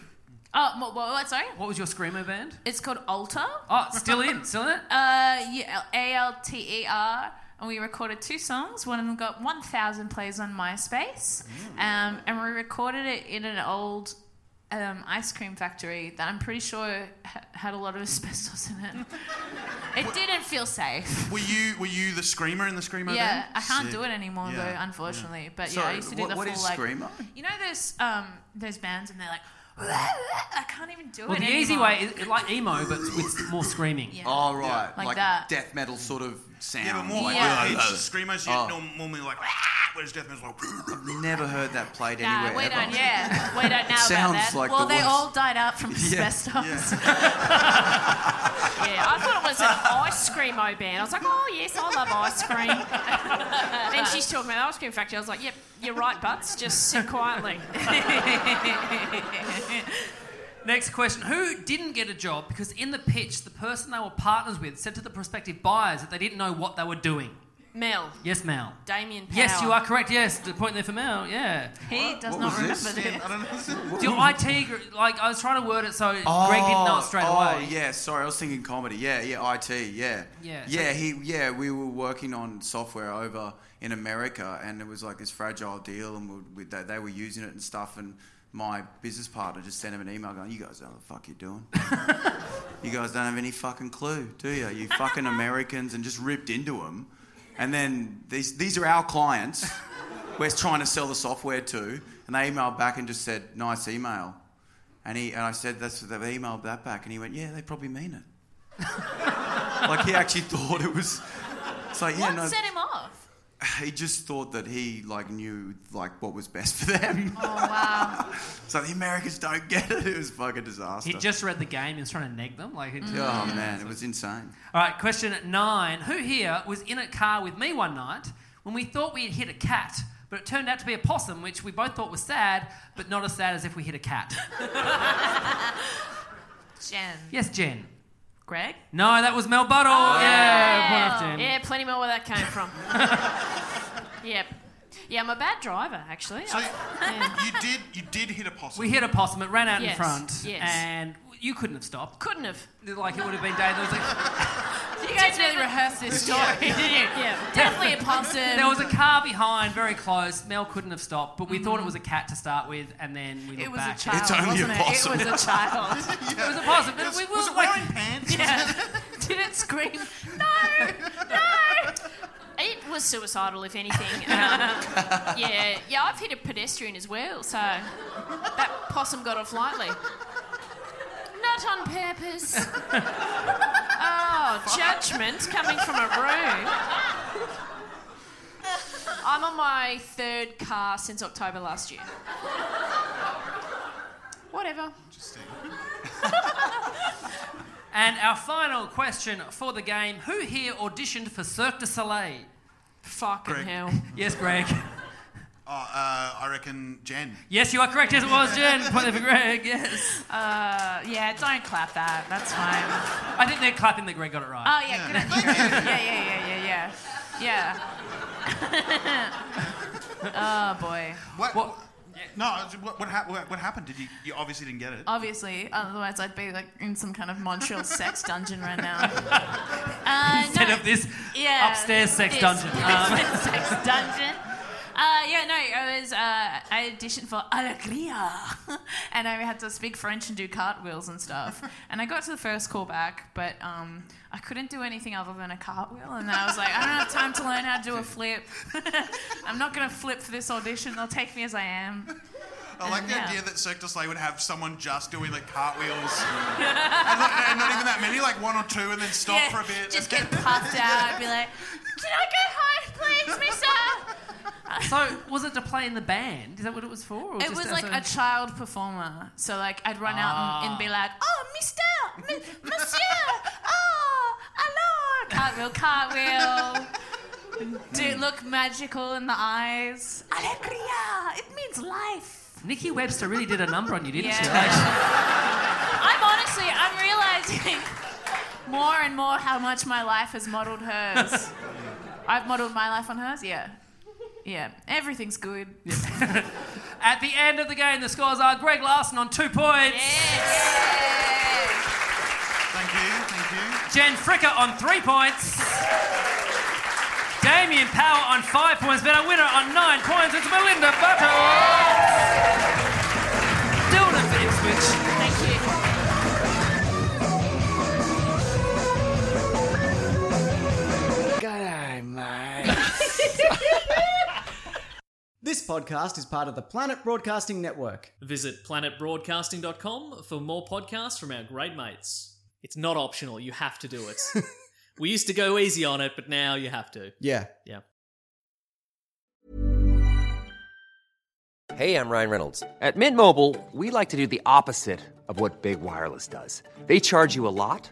Speaker 6: Oh, what, what, what, sorry?
Speaker 3: What was your screamo band?
Speaker 6: It's called Alter.
Speaker 3: Oh, it's still in, still in it.
Speaker 6: Uh, yeah, A L T E R. And we recorded two songs. One of them got 1,000 plays on MySpace. Um, and we recorded it in an old um, ice cream factory that I'm pretty sure ha- had a lot of asbestos in it. it didn't feel safe.
Speaker 5: Were you were you the screamer in the screamer?
Speaker 6: Yeah,
Speaker 5: band?
Speaker 6: I can't
Speaker 5: Sick.
Speaker 6: do it anymore
Speaker 5: Yeah,
Speaker 6: though, unfortunately. But yeah, I
Speaker 7: Sorry,
Speaker 6: used to do
Speaker 7: what-
Speaker 6: the
Speaker 7: what
Speaker 6: full
Speaker 7: is
Speaker 6: like.
Speaker 7: Screamo?
Speaker 6: You know those um those bands and they're like, I can't even do
Speaker 3: Well,
Speaker 6: it.
Speaker 3: the easy
Speaker 6: anymore."
Speaker 3: way is like emo, but with more screaming.
Speaker 6: Yeah.
Speaker 7: Oh, right.
Speaker 6: Like that.
Speaker 7: death metal sort of sound.
Speaker 5: Yeah, but more
Speaker 7: like,
Speaker 5: high
Speaker 6: Yeah.
Speaker 5: pitched
Speaker 7: "Ugh, ugh."
Speaker 5: screamers. You
Speaker 7: Oh.
Speaker 5: norm- normally like, "Ah," whereas death metal's like.
Speaker 7: I've never heard that played
Speaker 6: Nah,
Speaker 7: anywhere
Speaker 6: we
Speaker 7: ever.
Speaker 6: don't. Yeah, we don't know about
Speaker 7: Sounds
Speaker 6: that.
Speaker 7: like
Speaker 6: well,
Speaker 7: the
Speaker 6: they
Speaker 7: worst.
Speaker 6: all died out from asbestos.
Speaker 4: Yeah, I thought it was an ice creamo band. I was like, oh yes, I love ice cream. then she's talking about the ice cream factory. I was like, yep, you're right, butts. Just sit quietly.
Speaker 3: Next question. Who didn't get a job because in the pitch, the person they were partners with said to the prospective buyers that they didn't know what they were doing?
Speaker 4: Mel,
Speaker 3: Yes, Mel.
Speaker 4: Damien. Power.
Speaker 3: Yes, you are correct. Yes, the point there for Mel. Yeah.
Speaker 6: He does
Speaker 7: What
Speaker 6: not
Speaker 7: was
Speaker 6: remember
Speaker 7: this?
Speaker 6: this.
Speaker 5: I don't
Speaker 3: Do
Speaker 5: know.
Speaker 3: IT, gr- like, I was trying to word it so
Speaker 7: Oh,
Speaker 3: Greg didn't know it straight
Speaker 7: oh,
Speaker 3: away.
Speaker 7: yeah, sorry, I was thinking comedy. Yeah, yeah, IT, yeah.
Speaker 3: Yeah.
Speaker 7: Yeah, he yeah, we were working on software over in America and it was like this fragile deal and we, we, they, they were using it and stuff and my business partner just sent him an email going, You guys don't know what the fuck you're doing. you guys don't have any fucking clue, do you? You fucking Americans and just ripped into them. And then these these are our clients we're trying to sell the software to and they emailed back and just said, Nice email. And he and I said that's they emailed that back, and he went, yeah, they probably mean it. like he actually thought it was. It's like yeah,
Speaker 6: What
Speaker 7: no.
Speaker 6: set him off?
Speaker 7: He just thought that he like knew like what was best for them.
Speaker 6: Oh wow!
Speaker 7: so the Americans don't get it. It was fucking disaster.
Speaker 3: He just read the game. He was trying to neg them. Like, it just-
Speaker 7: oh man, it was insane.
Speaker 3: All right, question nine. Who here was in a car with me one night when we thought we had hit a cat, but it turned out to be a possum, which we both thought was sad, but not as sad as if we hit a cat?
Speaker 6: Jen,
Speaker 3: yes, Jen.
Speaker 6: Greg,
Speaker 3: No, that was Mel Buttle. yeah, point off, Jen.
Speaker 4: Yeah, plenty more where that came from. yep. Yeah, I'm a bad driver actually.
Speaker 5: So
Speaker 4: I-
Speaker 5: you did you did hit a possum.
Speaker 3: We hit a possum. It ran out in
Speaker 4: Yes,
Speaker 3: front,
Speaker 4: yes.
Speaker 3: and you couldn't have stopped.
Speaker 4: couldn't have.
Speaker 3: Like it would have been day. There was a,
Speaker 6: you guys really rehearsed this story, didn't you?
Speaker 4: Yeah.
Speaker 6: Definitely a possum.
Speaker 3: there was a car behind, very close. Mel couldn't have stopped, but we thought it was a cat to start with, and then we looked
Speaker 6: it was
Speaker 3: back.
Speaker 6: a child.
Speaker 7: It's only a
Speaker 6: wasn't
Speaker 7: possum.
Speaker 6: It? it was a child.
Speaker 3: It was a possum. but we were
Speaker 5: was it
Speaker 3: like,
Speaker 5: wearing pants?
Speaker 6: yeah. Did it scream? No.
Speaker 4: It was suicidal, if anything. Um, yeah, yeah. I've hit a pedestrian as well, so that possum got off lightly. Not on purpose. oh judgment coming from a room. I'm on my third car since October last year. Whatever.
Speaker 3: And our final question for the game Who here auditioned for Cirque du Soleil?
Speaker 4: Fucking
Speaker 5: Greg.
Speaker 4: hell.
Speaker 3: Yes, Greg.
Speaker 5: Oh, uh, I reckon Jen.
Speaker 3: Yes, you are correct. Yes, it was Jen. Point there for Greg. Yes.
Speaker 6: Uh, yeah, don't clap that. That's fine.
Speaker 3: I think they're clapping that Greg got it right.
Speaker 6: Oh yeah, good idea. yeah, yeah, yeah, yeah, yeah, yeah. oh boy.
Speaker 5: What?
Speaker 3: What-
Speaker 5: No, what, what, hap- what, what happened? Did you, you obviously didn't get
Speaker 6: Oh,
Speaker 5: it.
Speaker 6: Obviously, otherwise I'd be like in some kind of Montreal sex dungeon right now. Uh,
Speaker 3: Instead
Speaker 6: no.
Speaker 3: of this
Speaker 6: Yeah,
Speaker 3: upstairs sex
Speaker 6: this
Speaker 3: dungeon. Um,
Speaker 6: basement sex dungeon. Uh, yeah, no, I was uh, I auditioned for Alegria, and I had to speak French and do cartwheels and stuff. And I got to the first callback, but um, I couldn't do anything other than a cartwheel. And I was like, I don't have time to learn how to do a flip. I'm not gonna flip for this audition. They'll take me as I am.
Speaker 5: I like the
Speaker 6: yeah.
Speaker 5: idea that Cirque du Soleil would have someone just doing like cartwheels, and, not, and not even that many, like one or two, and then stop
Speaker 6: Yeah,
Speaker 5: for a bit.
Speaker 6: Just get puffed out and be like, Can I go home, please, Mister?
Speaker 3: so, was it to play in the band? Is that what it was for? or
Speaker 6: It
Speaker 3: just
Speaker 6: was
Speaker 3: as
Speaker 6: like
Speaker 3: a-
Speaker 6: a child performer. So like I'd run out and, and
Speaker 3: Ah.
Speaker 6: be like, oh, mister, mi- monsieur, oh, hello, cartwheel, cartwheel. Do it look magical in the eyes? Alegria, it means life.
Speaker 3: Nikki Webster really did a number on you, didn't she?
Speaker 6: Yeah. I'm honestly, I'm realizing more and more how much my life has modeled hers. I've modeled my life on hers, yeah. Yeah, everything's good.
Speaker 3: At the end of the game, the scores are Greg Larson on two points,
Speaker 6: Yes.
Speaker 5: Thank you, thank you.
Speaker 3: Jen Fricker on three points, Damien Power on five points, but our winner on nine points It's Melinda Butters. Doing it for Ipswich.
Speaker 6: Thank you.
Speaker 1: This podcast is part of the Planet Broadcasting Network.
Speaker 2: Visit planetbroadcasting.com for more podcasts from our great mates. It's not optional, you have to do it. we used to go easy on it, but now you have to.
Speaker 1: Yeah.
Speaker 2: Yeah.
Speaker 8: Hey, I'm Ryan Reynolds. At Mint Mobile, we like to do the opposite of what Big Wireless does. They charge you a lot,